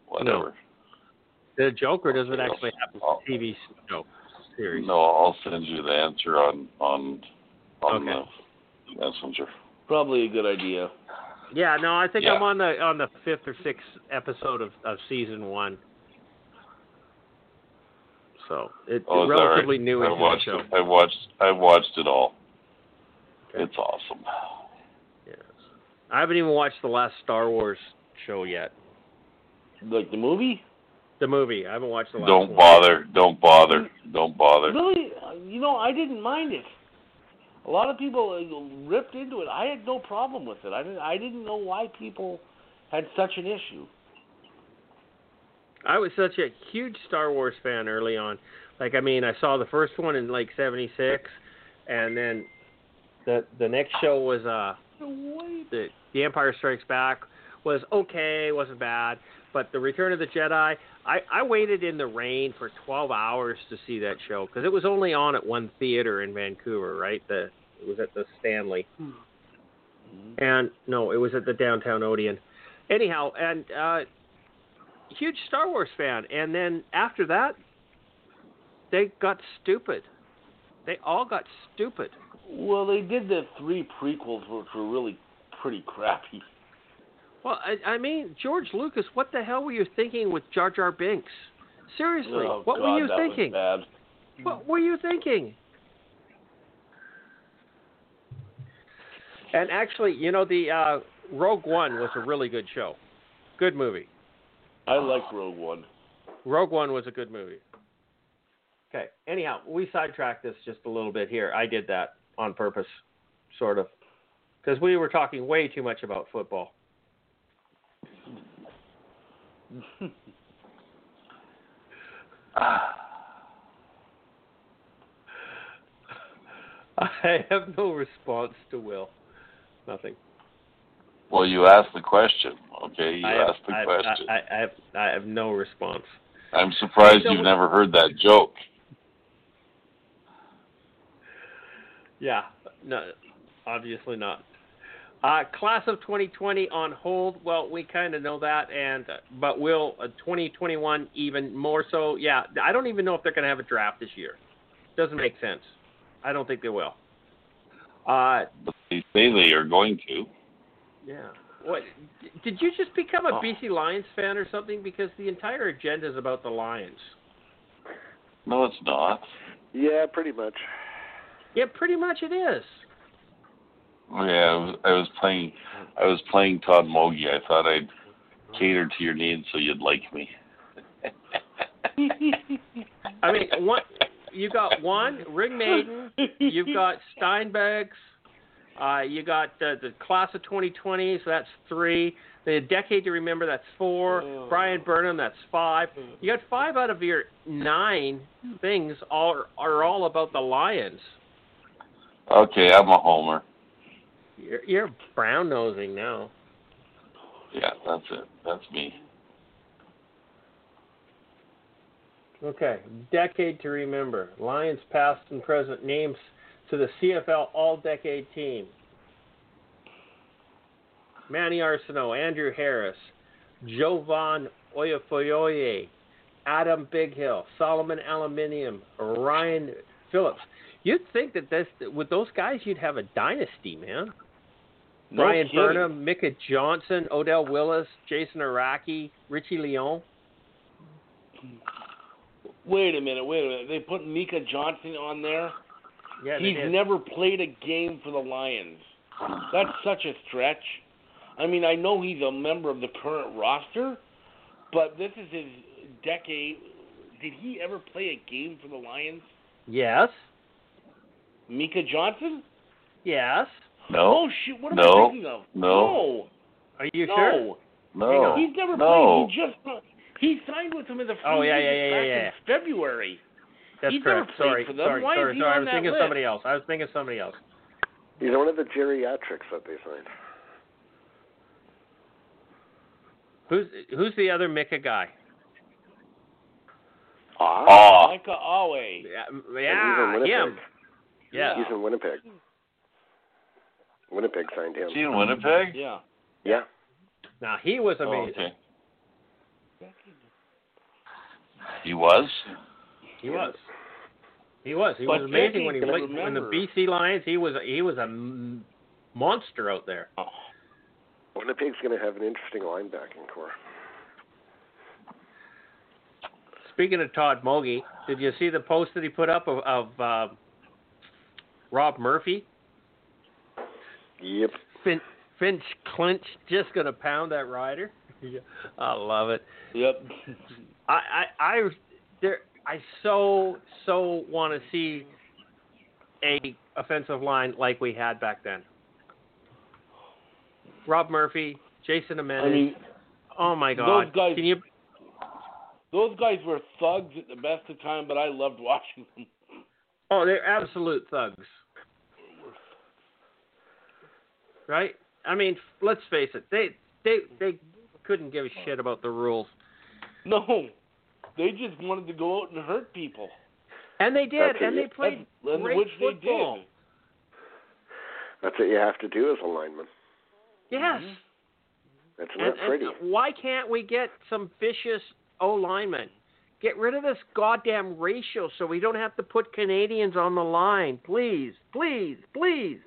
whatever. The Joker doesn't actually happen I'll- in the TV show series. Oh. No, I'll send you the answer on on on Okay. the messenger. Probably a good idea. Yeah, no, I think Yeah. I'm on the on the fifth or sixth episode of, of season one. So it, Oh, it's is that right? relatively new I into the watched. show. I watched. I watched it all. Okay. It's awesome. Yes. I haven't even watched the last Star Wars show yet. Like the movie? The movie. I haven't watched the last Don't one. bother. Don't bother. Don't bother. Really? You know, I didn't mind it. A lot of people uh, ripped into it. I had no problem with it. I didn't. I didn't know why people had such an issue. I was such a huge Star Wars fan early on. Like, I mean, I saw the first one in like '76, and then the the next show was uh the the Empire Strikes Back was okay, wasn't bad, but the Return of the Jedi, I I waited in the rain for 12 hours to see that show because it was only on at one theater in Vancouver, right? The it was at the Stanley, and no, it was at the downtown Odeon. Anyhow, and uh huge Star Wars fan, and then after that, they got stupid. They all got stupid. Well, they did the three prequels, which were really pretty crappy. Well, I, I mean, George Lucas, what the hell were you thinking with Jar Jar Binks? Seriously, Oh, <laughs> what God, were you that thinking? Was bad. What were you thinking? And actually, you know, the uh, Rogue One was a really good show, good movie. I like Rogue One. Rogue One was a good movie. Okay. Anyhow, we sidetracked this just a little bit here. I did that on purpose, sort of, because we were talking way too much about football. <laughs> I have no response to Will. Nothing. Well, you asked the question. Okay, you I have, asked the I, have- question. I, I, I have, I have no response. I, am surprised So- you've never heard that joke. Yeah, no, obviously not. Uh, class of 2020 on hold. Well, we kind of know that, and but will uh, 2021 even more so? Yeah, I don't even know if they're going to have a draft this year. Doesn't make sense. I don't think they will. Uh, But they say they are going to. yeah. What? Did you just become a BC Lions fan or something? Because the entire agenda is about the Lions. No, it's not. Yeah, pretty much. Yeah, pretty much it is. Yeah, I was, I was playing. I was playing Todd Mogi. I thought I'd cater to your needs so you'd like me. I mean, one you got one Ring Maiden, you've got Steinbeck's, uh, you got the, the class of 2020, so that's three. The decade to remember, that's four. Oh. Brian Burnham, that's five. You got five out of your nine things all are all about the Lions. Okay, I'm a homer. You're, you're brown nosing now. Yeah, that's it. That's me. Okay, decade to remember. Lions past and present names to the CFL All Decade Team. Manny Arsenault, Andrew Harris, Jovan Oyefoye, Adam Big Hill, Solomon Aluminium, Ryan Phillips. You'd think that this, with those guys, you'd have a dynasty, man. No Brian kidding. Burnham, Micah Johnson, Odell Willis, Jason Araki, Richie Leon. Wait a minute, wait a minute. They put Mika Johnson on there. Yeah, they He's did. never played a game for the Lions. That's such a stretch. I mean, I know he's a member of the current roster, but this is his decade. Did he ever play a game for the Lions? yes, Mika Johnson? yes. No, Oh shit! What am No. I thinking of? No. Are you no, sure? no. no, He's never no. played. He just he signed with them in the free Oh, yeah, yeah, agent yeah, back yeah, yeah. in February. That's He never correct. played sorry, for them. sorry, Why is sorry, he sorry. I on was that thinking of list? somebody else. I was thinking of somebody else. He's one of the geriatrics that they signed. Who's who's the other Micah guy? Ah, Ah, Micah Awe. Yeah, m- he's in yeah, Winnipeg. him. Yeah. He's in Winnipeg. Winnipeg signed him. is he in Winnipeg? Yeah. Yeah. Now he was Oh, amazing. okay. He was. He was. He was. He But was amazing Jackie when he can played when the remember. BC Lions. He was he was a m- monster out there. Oh. Winnipeg's going to have an interesting linebacking core. Speaking of Todd Mogi, did you see the post that he put up of, of um Rob Murphy? Yep. Fin- Finch Clinch just gonna pound that rider. <laughs> yeah. I love it. Yep. I I I there I so so want to see a offensive line like we had back then. Rob Murphy, Jason Amenas. I mean, oh my God! those guys- Can you? those guys were thugs at the best of time, but I loved watching them. Oh, they're absolute thugs. right? I mean, let's face it. They they they couldn't give a shit about the rules. No, they just wanted to go out and hurt people. And they did, and they played That's- great which they football. did. That's what you have to do as a lineman. Yes. Mm-hmm. That's not And, pretty. and why can't we get some vicious O linemen? Get rid of this goddamn ratio so we don't have to put Canadians on the line. Please, please, please.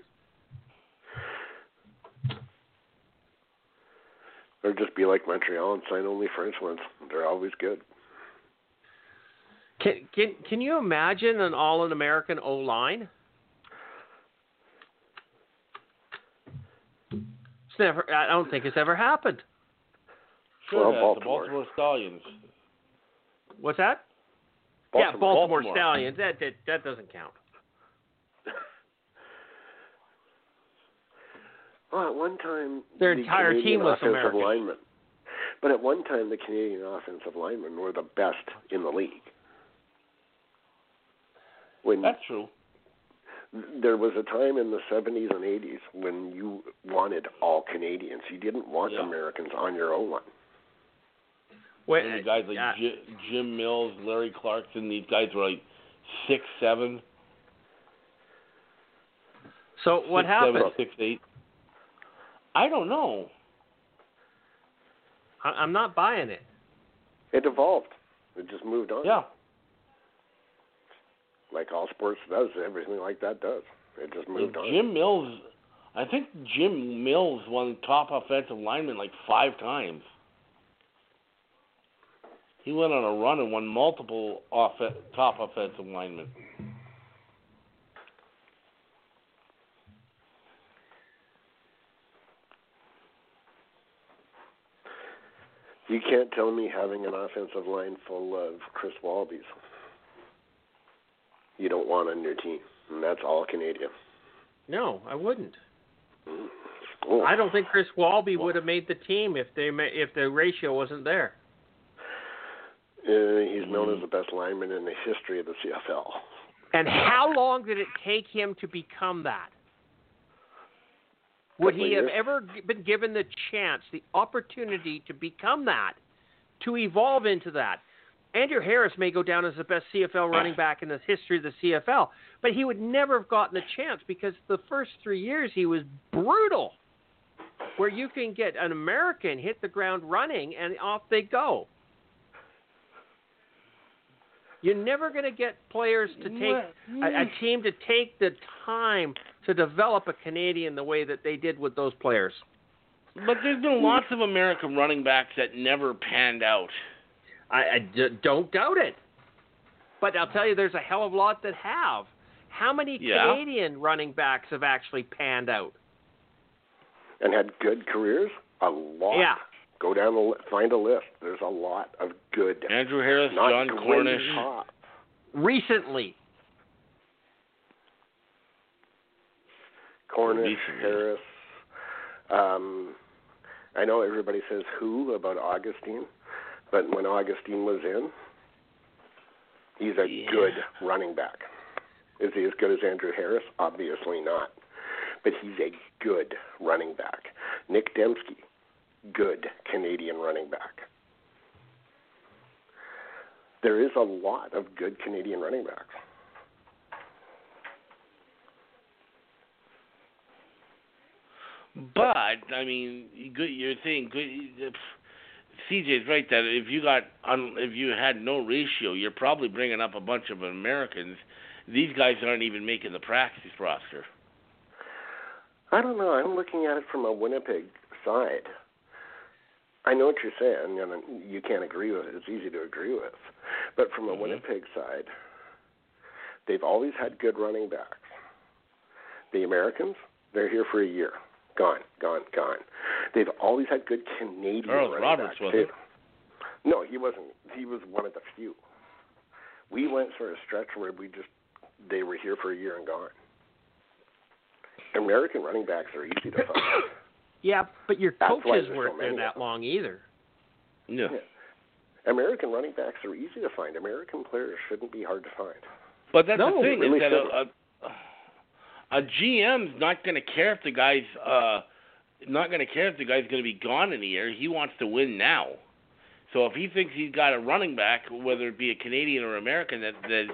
Or just be like Montreal and sign only French ones. They're always good. Can can can you imagine an all in American O line? It's never. I don't think it's ever happened. Sure, Well, that, Baltimore. the Baltimore Stallions. What's that? yeah, Baltimore, Stallions. That, that that doesn't count. Well, at one time Their the entire team Canadian was offensive American. linemen. But at one time, the Canadian offensive linemen were the best in the league. When That's true. there was a time in the 70s and 80s when you wanted all Canadians, you didn't want Yeah. Americans on your own line. Wait, And the guys like uh, Ji- Jim Mills, Larry Clarkson, these guys were like six seven. so what six, happened? Seven, six eight. I don't know. I, I'm not buying it. It evolved. It just moved on. Yeah. Like all sports does, everything like that does. It just moved on. Jim Mills, I think Jim Mills won top offensive lineman like five times. He went on a run and won multiple off- top offensive linemen. You can't tell me having an offensive line full of Chris Walbys you don't want on your team. And that's all Canadian. No, I wouldn't. Oh. I don't think Chris Walby would have made the team if they ma- if the ratio wasn't there. Uh, he's known as the best lineman in the history of the CFL. And how long did it take him to become that? Would Couple he have years. ever g- been given the chance, the opportunity to become that, to evolve into that? Andrew Harris may go down as the best CFL running back in the history of the CFL, but he would never have gotten the chance because the first three years he was brutal, where you can get an American hit the ground running and off they go. You're never going to get players to take a, a team to take the time to develop a Canadian the way that they did with those players. But there's been lots of American running backs that never panned out. I, I d- don't doubt it. But I'll tell you, there's a hell of a lot that have. How many Yeah. Canadian running backs have actually panned out? And had good careers? A lot. Yeah. Go down the li- find a list. There's a lot of good. Andrew Harris, not John great Cornish. top. Recently. Cornish, Decent, yeah. Harris. Um, I know everybody says who about Augustine, but when Augustine was in, he's a Yeah. good running back. Is he as good as Andrew Harris? Obviously not. But he's a good running back. Nick Dembski, good Canadian running back. There is a lot of good Canadian running backs. But I mean, good. You're saying good. If, CJ's right that if you got un, if you had no ratio, you're probably bringing up a bunch of Americans. These guys aren't even making the practice roster. I don't know. I'm looking at it from a Winnipeg side. I know what you're saying, and you can't agree with it. It's easy to agree with. But from a Mhm. Winnipeg side, they've always had good running backs. The Americans, they're here for a year. Gone, gone, gone. They've always had good Canadian Earl running Roberts backs. wasn't. too. No, he wasn't. He was one of the few. We went through a stretch where we just they were here for a year and gone. American running backs are easy to <laughs> find. Yeah, but your That's why coaches there's so weren't there many of that them. long either. Yeah. American running backs are easy to find. American players shouldn't be hard to find. But that's No, the thing really is that shouldn't. a, a, a GM's not going to care if the guy's uh, not going to care if the guy's going to be gone in a year. He wants to win now. So if he thinks he's got a running back, whether it be a Canadian or American, that that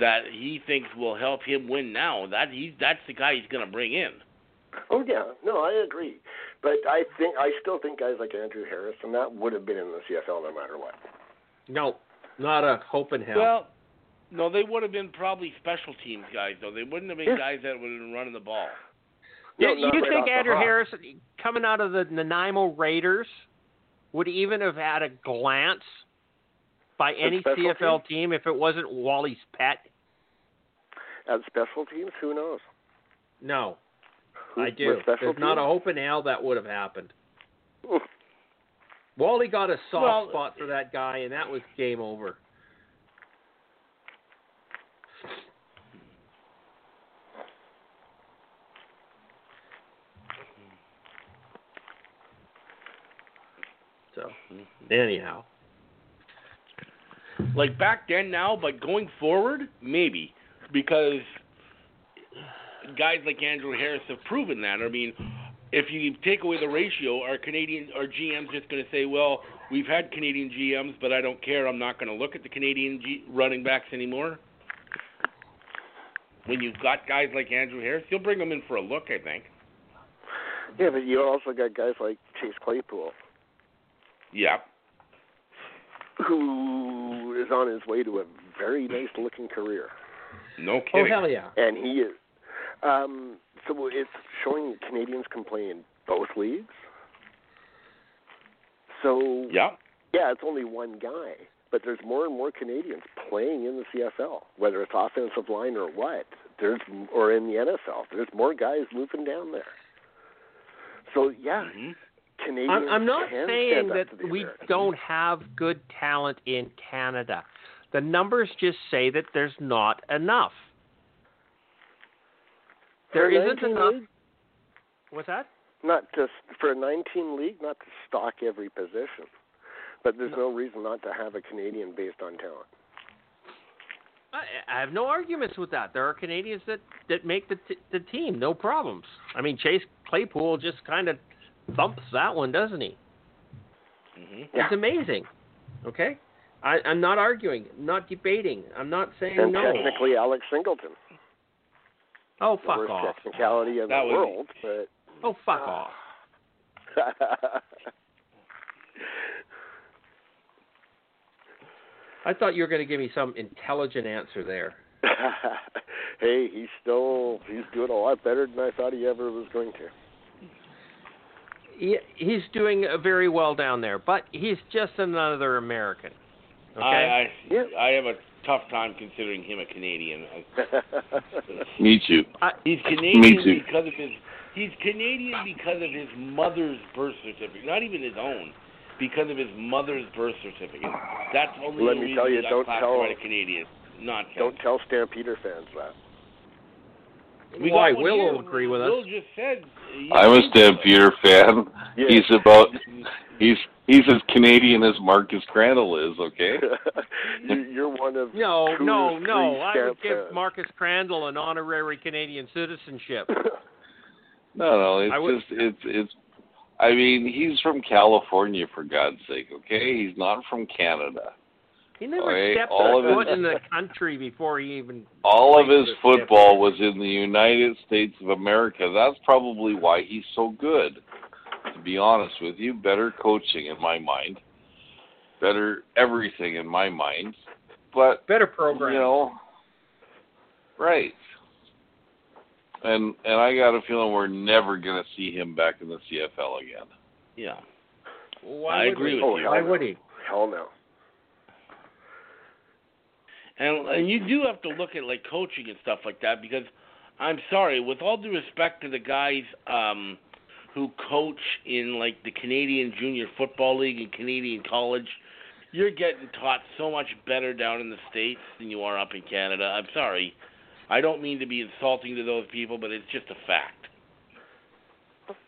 that he thinks will help him win now, that he's that's the guy he's going to bring in. Oh yeah, no, I agree, but I think I still think guys like Andrew Harris and that would have been in the CFL no matter what. No, not a hope in hell. Well, no, they would have been probably special teams guys though. They wouldn't have been yeah. guys that would have been running the ball. Yeah, no, you right think Andrew the hop. Harris coming out of the Nanaimo Raiders would even have had a glance by any special CFL team if it wasn't Wally's pet? At special teams, who knows? No, Who, I do. with special There's not a teams? hope in hell that would have happened. Wally got a soft Well- spot for that guy, and that was game over. So, anyhow, Like back then, now, but going forward, maybe because guys like Andrew Harris have proven that. I mean, if you take away the ratio, are Canadian are GMs just going to say, "Well, we've had Canadian GMs, but I don't care. I'm not going to look at the Canadian G- running backs anymore." When you've got guys like Andrew Harris, you'll bring them in for a look, I think. Yeah, but you also got guys like Chase Claypool, Yeah. who is on his way to a very nice-looking career, No oh kidding. hell yeah, and he is. Um, so it's showing that Canadians can play in both leagues. So yeah. yeah, it's only one guy, but there's more and more Canadians playing in the CFL, whether it's offensive line or what. There's or in the NFL, there's more guys moving down there. So yeah, hmm Canadians. I'm, I'm not can saying stand up that to the we Americans. don't have good talent in Canada. The numbers just say that there's not enough. There For a isn't 19 enough. league, What's that? not to for a 19 league, not to stock every position, but there's no reason not to have a Canadian based on talent. I, I have no arguments with that. There are Canadians that that make the t- the team, no problems. I mean, Chase Claypool just kind of thumps that one, doesn't he? hmm Yeah. It's amazing. Okay, I, I'm not arguing, not debating. I'm not saying And no. technically, Alex Singleton, oh the fuck worst off! technicality in That the would be- world, but. uh, Oh fuck off! I thought you were going to give me some intelligent answer there. <laughs> hey, he's still he's doing a lot better than I thought he ever was going to. He, he's doing uh, very well down there, but he's just another American. Okay. I I, Yeah. I have a tough time considering him a Canadian. I, Me too. He's Canadian Me too. because of his. He's Canadian because of his mother's birth certificate, not even his own, because of his mother's birth certificate. That's only Let the me reason tell you, he got don't tell classified him. a Canadian. Not <laughs> Don't tell Stampeder fans that. We Why got one Will here. will agree with us. Will just said. he- I'm a Stampeder fan. Yeah. He's about he's he's as Canadian as Marcus Crandall is. Okay. <laughs> You- You're one of No, two no, or no. three I would Stamp give fans. Marcus Crandall an honorary Canadian citizenship. <laughs> No, no, it's I would- just it's it's. I mean, he's from California for God's sake. Okay, he's not from Canada. He never Alright, stepped all of a his- foot in the country before he even. All of played his for the football was in the United States of America. That's probably why he's so good. To be honest with you, better coaching in my mind, better everything in my mind. But Better program. You know, right. And and I got a feeling we're never gonna see him back in the CFL again. Yeah. Why I would agree he? with Oh, you. hell Why no. would he? Hell no. And and you do have to look at like coaching and stuff like that because I'm sorry, with all due respect to the guys um who coach in like the Canadian Junior Football League and Canadian college, you're getting taught so much better down in the States than you are up in Canada. I'm sorry. I don't mean to be insulting to those people, but it's just a fact.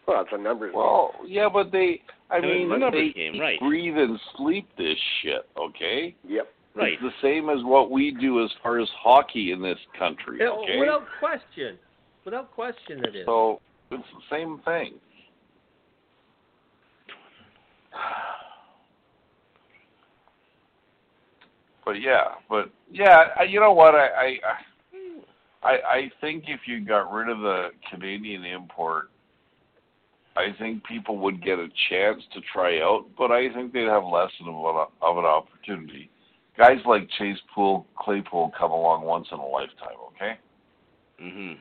Well, it's a numbers. Well, yeah, but they I It was mean the numbers they game, right. breathe and sleep this shit, okay? yep. Right. It's <laughs> the same as what we do as far as hockey in this country, Yeah, okay? Without Uh, question. Without question, it is. So it's the same thing. <sighs> But yeah, but yeah, I- you know what? I I I, I think if you got rid of the Canadian import, I think people would get a chance to try out, but I think they'd have less of an of an opportunity. Guys like Chase Pool, Claypool come along once in a lifetime, okay? hmm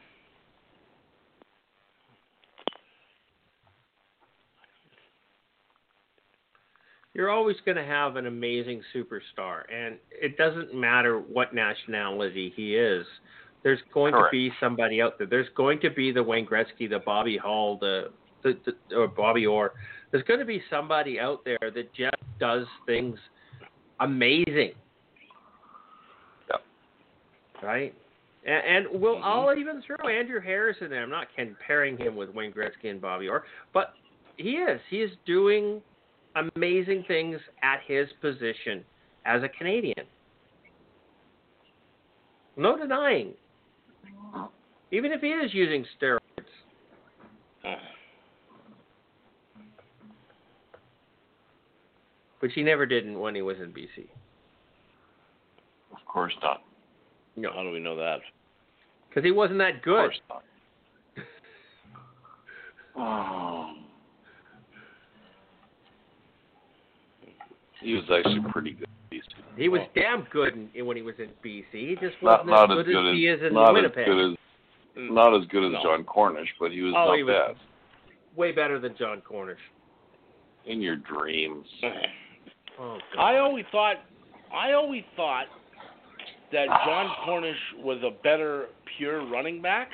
You're always going to have an amazing superstar, and it doesn't matter what nationality he is. There's going Correct. to be somebody out there. There's going to be the Wayne Gretzky, the Bobby Hall, the, the, the or Bobby Orr. There's going to be somebody out there that just does things amazing. Yep. Right. And, and we'll I'll even throw Andrew Harris in there. I'm not comparing him with Wayne Gretzky and Bobby Orr, but he is. He is doing amazing things at his position as a Canadian. No denying. Even if he is using steroids. Ah, Which he never did when he was in BC. Of course not. How do we know that? Because he wasn't that Of good. <laughs> course not. Oh. He was actually pretty good. at BC. He was Well, damn good in, when he was in BC. He just not wasn't not as, as good as, he is in not Winnipeg. as good as not as good as No. John Cornish, but he was Oh, not he was- bad. Way better than John Cornish. In your dreams, Oh, God. I always thought, I always thought that John Cornish was a better pure running back,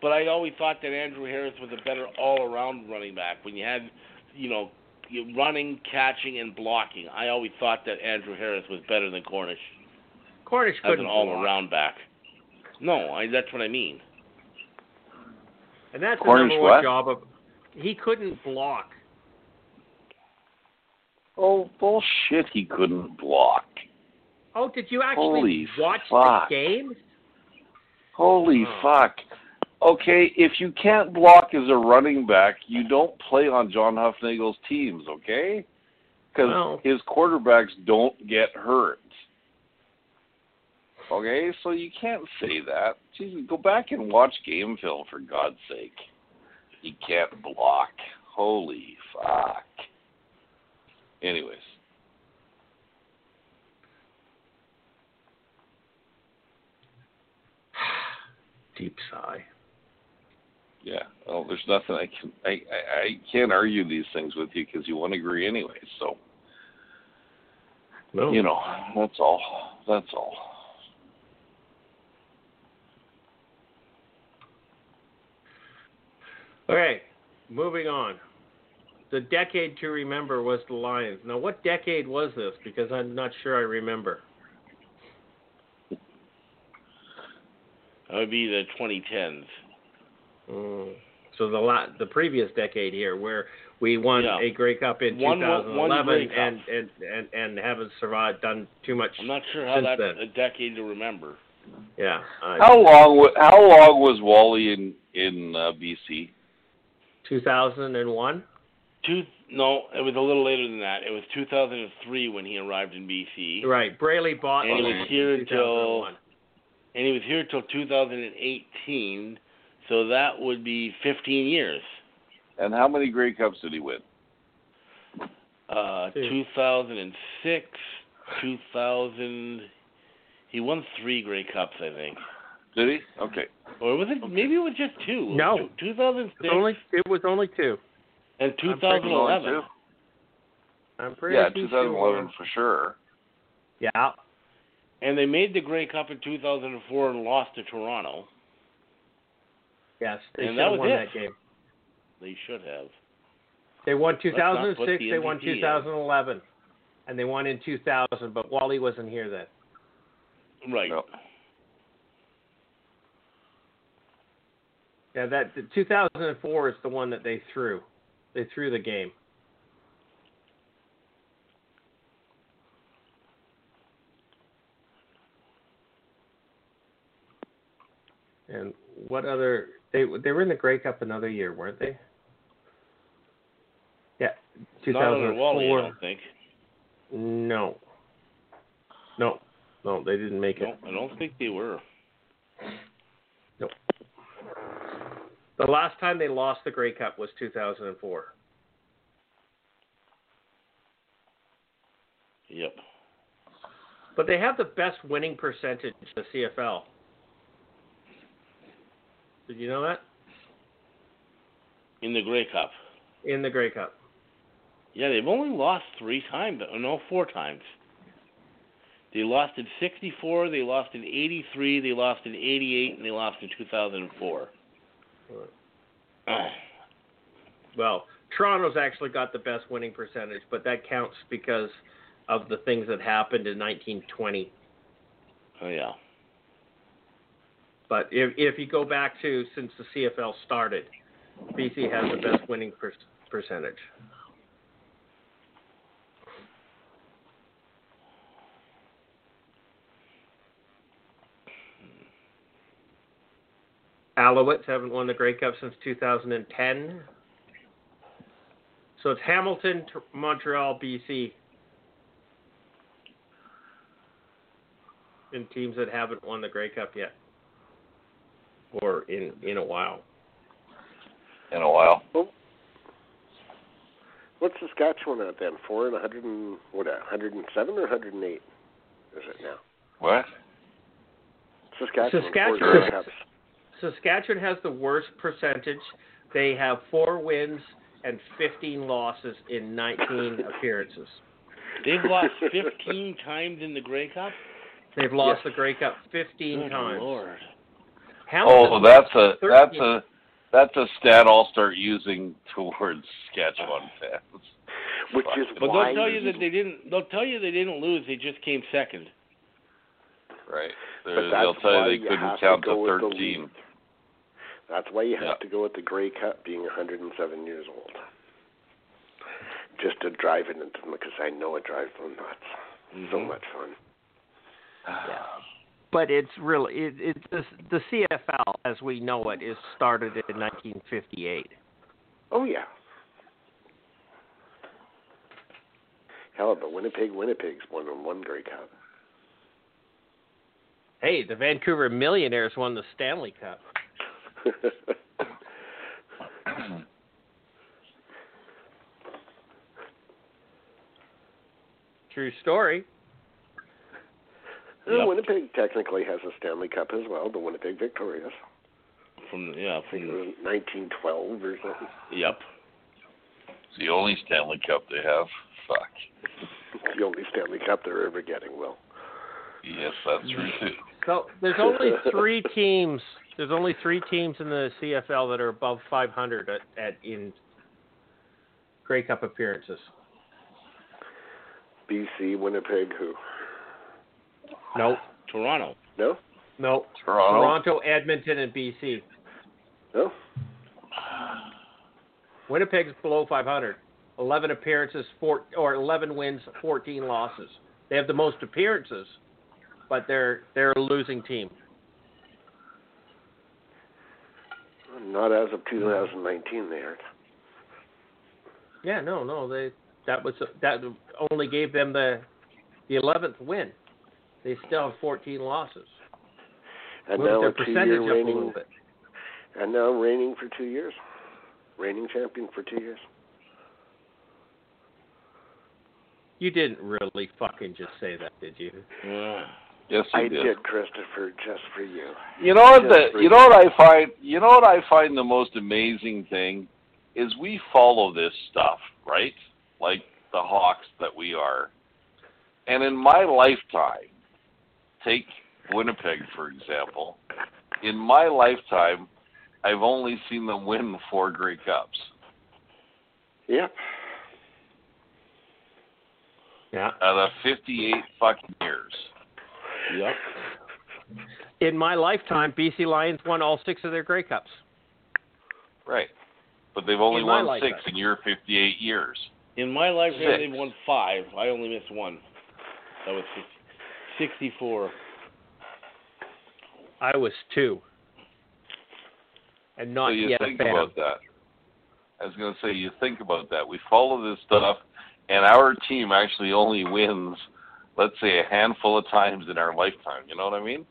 but I always thought that Andrew Harris was a better all-around running back. When you had, you know, you- running, catching, and blocking, I always thought that Andrew Harris was better than Cornish Cornish as couldn't an block. all-around back. No, I, that's what I mean. And that's Cornish the number one what? job of. He couldn't block. oh bullshit, he couldn't block. Oh, did you actually Holy watch fuck. the game? Holy fuck. Okay, if you can't block as a running back, you don't play on John Huffnagel's teams, okay? Because Well- his quarterbacks don't get hurt. Okay, so you can't say that. Jesus, go back and watch game film for God's sake. You can't block. Holy fuck. Anyways, Deep sigh. yeah. Well, there's nothing I can I I, I can't argue these things with you because you won't agree anyway. So. No. you know, that's all. That's all. Okay, moving on. The decade to remember was the Lions. Now, what decade was this? Because I'm not sure I remember. That would be the 2010s. Mm. So the la- the previous decade here, where we won Yeah. a Grey Cup in One- one 2011, Grey Cup. and, and and and haven't survived, done too much. I'm not sure how Since that's then. a decade to remember. Yeah. uh, I- How long? wa- How long was Wally in in uh, BC? 2001. Two, no, it was a little later than that. It was 2003 when he arrived in BC. Right. Braley bought And he was in here till- 2001. and he was here till 2018, so that would be 15 years. And how many Grey Cups did he win? Uh, Dude. 2006, 2000. He won three Grey Cups, I think, Did he? Okay. or was it? Maybe it was just two. No. Two- 2006 It's only it was only two. and pretty 2011. I'm pretty Yeah, sure two 2011 were- for sure. Yeah. And they made the Grey Cup in 2004 and lost to Toronto. Yes. They And should that have was won it. that game. They should have. They won not what 2006. the they won MVP is. 2011, and they won in 2000. But Wally wasn't here then. Right. No. Yeah, that the 2004 is the one that they threw. They threw the game. And what other they they were in the Grey Cup another year, weren't they? Yeah, two Not under thousand Wally, I four. don't think. No, no, no, they didn't make it. No, I don't think they were. The last time they lost the Grey Cup was two thousand and four. Yep. But they have the best winning percentage in the CFL. Did you know that? In the Grey Cup. In the Grey Cup. Yeah, they've only lost three times. uh, No, four times. They lost in 64, they lost in 83, they lost in 88, and they lost in 2004. Well, Toronto's actually got the best winning percentage, but that counts because of the things that happened in 1920. <clears throat> Oh, yeah. But if, if you go back to since the CFL started, BC has the best winning per- percentage. Alouettes haven't won the Grey Cup since 2010. So it's Hamilton, T- Montreal, BC, and teams that haven't won the Grey Cup yet or in in a while. in a while. What's Saskatchewan at then? Four and a hundred and what? A hundred and seven or a hundred and eight? Is it now? What? Saskatchewan. Saskatchewan. four Grey Cups. Saskatchewan has the worst percentage. They have four wins and 15 losses in <laughs> 19 appearances. They've lost 15 times in the Grey Cup? They've lost the Yes. Grey Cup 15 Good times. Lord. Oh, Hamilton- that's a Thirteen. that's a that's a stat I'll start using <laughs> towards Saskatchewan fans. Which is But why they'll tell you that they didn't. They'll tell you they didn't lose. They just came second. Right. But They're- that's They'll tell why you you they couldn't have to count go to with the thirteen. That's why you have Yeah. to go with the Grey Cup being 107 years old. Just to drive it into them because I know it drives them nuts. So Mhm. much fun. But it's really it, it's the, the CFL as we know it is started in 1958. Oh yeah. Hell, but Winnipeg, Winnipeg's won on one Grey Cup. <laughs> Hey, the Vancouver Millionaires won the Stanley Cup. True story. Well, Winnipeg technically has a Stanley Cup as well. The Winnipeg Victorias. From yeah, I think it from Mm. was 1912 or something. yep. <sighs> It's the only Stanley Cup they have. Fuck. It's the only Stanley Cup they're ever getting. Will. Yes, that's Mm-hmm. true. So there's only three teams. There's only three teams in the CFL that are above 500 at, at in Grey Cup appearances. BC, Winnipeg, who? Nope. Toronto. No, Nope. Toronto. Toronto, Edmonton, and BC. no. Winnipeg's below 500. 11 appearances, four or 11 wins, 14 losses. They have the most appearances, but they're they're a losing team. Not as of 2019, they aren't. Yeah, no, no. They that was that only gave them the the 11th win. They still have 14 losses. And Moved now their a percentage two-year up a little reigning, bit. and now reigning for two years, reigning champion for two years. You didn't really fucking just say that, did you? Yeah. Yes, you I did, Christopher, just for you. You know what Just the, you know what I find you know what I find the most amazing thing is we follow this stuff, right? Like the hawks that we are. And in my lifetime, take Winnipeg for example. In my lifetime, I've only seen them win four Grey Cups. Yep. Yeah. Out of fifty-eight fucking years. Yep. In my lifetime, BC Lions won all six of their Grey Cups. Right. But they've only In my won lifetime. six in your fifty-eight years. In my lifetime, Six. they've won five. I only missed one. That was six- 64. I was two. and not so you yet think a fan. about that. I was going to say you think about that. We follow this stuff, and our team actually only wins, let's say, a handful of times in our lifetime. You know what I mean?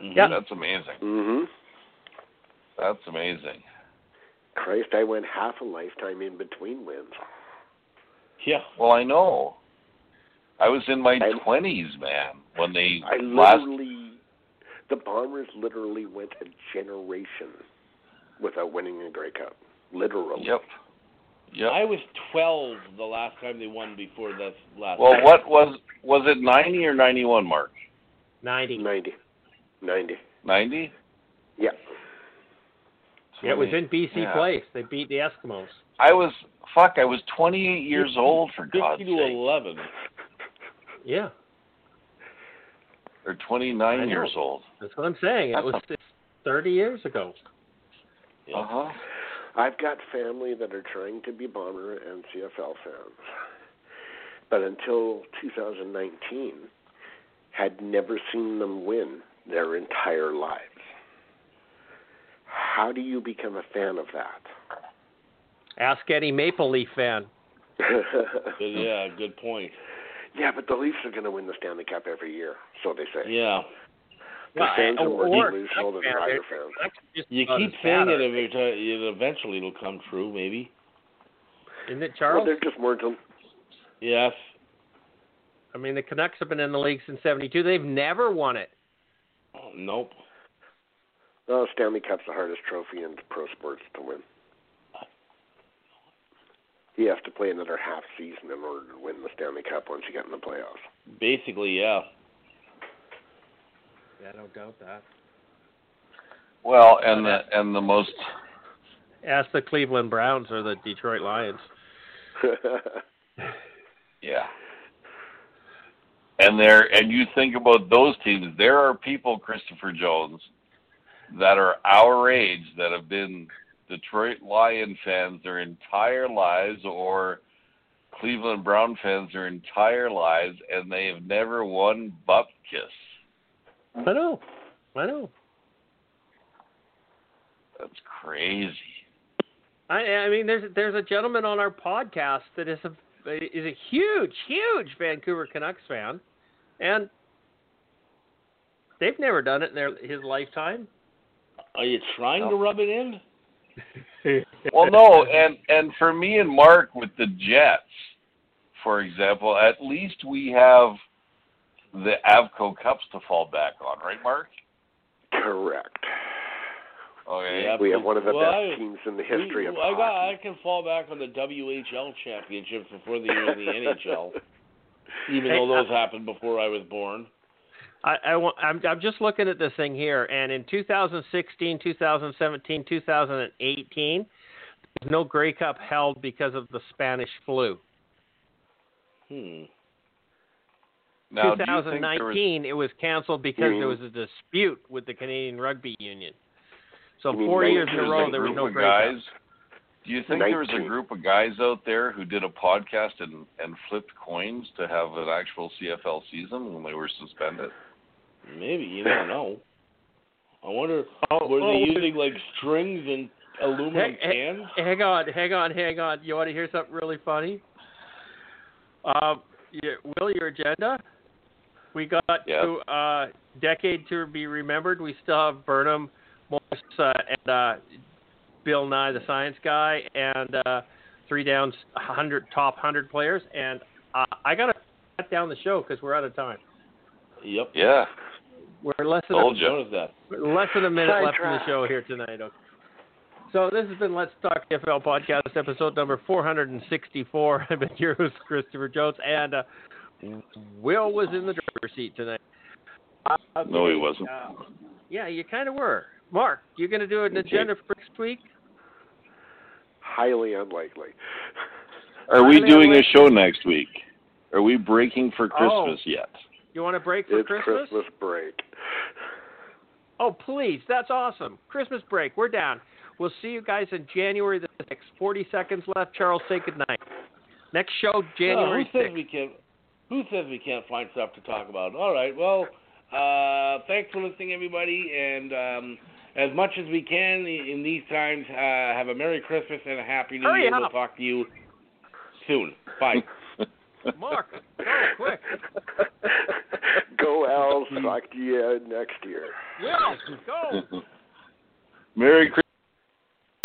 Yeah. That's amazing. Mm-hmm. That's amazing. Christ, I went half a lifetime in between wins. Yeah. Well, I know. I was in my I- twenties, man, when they I last. literally, the Bombers literally went a generation without winning a Grey Cup. Literally. Yep. Yep. I was 12 the last time they won before the last. Well, what was was it ninety or ninety one, Mark? 90. 90. 90. Ninety. Yeah. It was in BC Yeah. Place. They beat the Eskimos. I was fuck. I was twenty eight years old for 50 God's to sake, 11. Yeah, or twenty I know. nine years old. that's what I'm saying. It That's was 30 years ago. Yeah. Uh huh. I've got family that are trying to be Bomber and CFL fans, but until 2019, had never seen them win their entire lives. How do you become a fan of Ask any Maple Leaf fan. that? <laughs> But yeah, good point. yeah, but the Leafs are going to win the Stanley Cup every year, so they say. Yeah. The fans are more or- delusional than Yeah, Rider they're- fans. that's just You about keep as saying bad, it every time. It eventually it'll come true, maybe. isn't it, Well, Charles? they're just more del- Yes. I mean, the Canucks have been in the league since '72. They've never won it. Oh, nope. oh, Stanley Cup's the hardest trophy in pro sports to win. He has to play another half season in order to win the Stanley Cup once you get in the playoffs. <laughs> Basically, yeah. Yeah, I don't doubt that. Well, and the and the most Ask the Cleveland Browns or the Detroit Lions. yeah. And there, and you think about those teams. There are people, Christopher Jones, that are our age that have been Detroit Lion fans their entire lives, or Cleveland Brown fans their entire lives, and they have never won Bupkis. I know. I know. That's crazy. I, I mean, there's there's a gentleman on our podcast that is a is a huge, huge Vancouver Canucks fan, and they've never done it in their his lifetime. Are you trying to Nope. rub it in? well no and and for me and mark with the jets for example at least we have the avco cups to fall back on right mark Correct. okay Yeah. We have one of the Well, I- best teams in the history We- of I, hockey. got, I can fall back on the WHL championships before they were in the NHL, even Hey, uh, though those happened before I was born. I, I want, I'm, I'm just looking at this thing here, and in 2016, 2017, 2018, there's no Grey Cup held because of the Spanish flu. Hmm. now do you think there was 2019, it was canceled because You there was mean- a dispute with the Canadian Rugby Union. So You mean four years in a there's row, a there was group no of Grey guys Cup. do you think there was a 19. group of guys out there who did a podcast and and flipped coins to have an actual cfl season when they were suspended Maybe you don't know. I wonder were they using like strings and aluminum Oh, Hey, hey, cans? Hang on, hang on, hang on. You want to hear something really funny? Um, yeah, Will, your agenda? We got Yeah. to uh, decade to be remembered. We still have Burnham, Morris, uh, and uh, Bill Nye, the science guy, and uh, three downs, 100 top 100 players. And uh, I got to cut down the show because we're out of time. Yep. yeah We're less than a told you Notice that. Less than a minute left in the Sidetrack. show here tonight. Okay. So this has been Let's Talk NFL podcast episode number 464. <laughs> I've been here with Christopher Jones, and uh, Will was in the driver's seat tonight. Uh, no he wasn't uh, yeah, you kind of were. Mark, you going to do an Okay. agenda for next week? <laughs> Highly unlikely. are we Finally, doing I a went- show next week are we breaking for Oh. christmas yet You want a break for It's Christmas? Christmas break. Oh, please. That's awesome. Christmas break. We're down. We'll see you guys in January the 6th. 40 seconds left. Charles, say goodnight. Next show, January Oh, who says 6th. we can't? Who says we can't find stuff to talk about? All right. Well, uh, thanks for listening, everybody, and um, as much as we can in these times. Uh, have a Merry Christmas and a Happy New Hurry Year. We'll up. talk to you soon. Bye. Mark, go <laughs> quick. Go, Al. Talk to you next year. Will, go. Merry Christmas.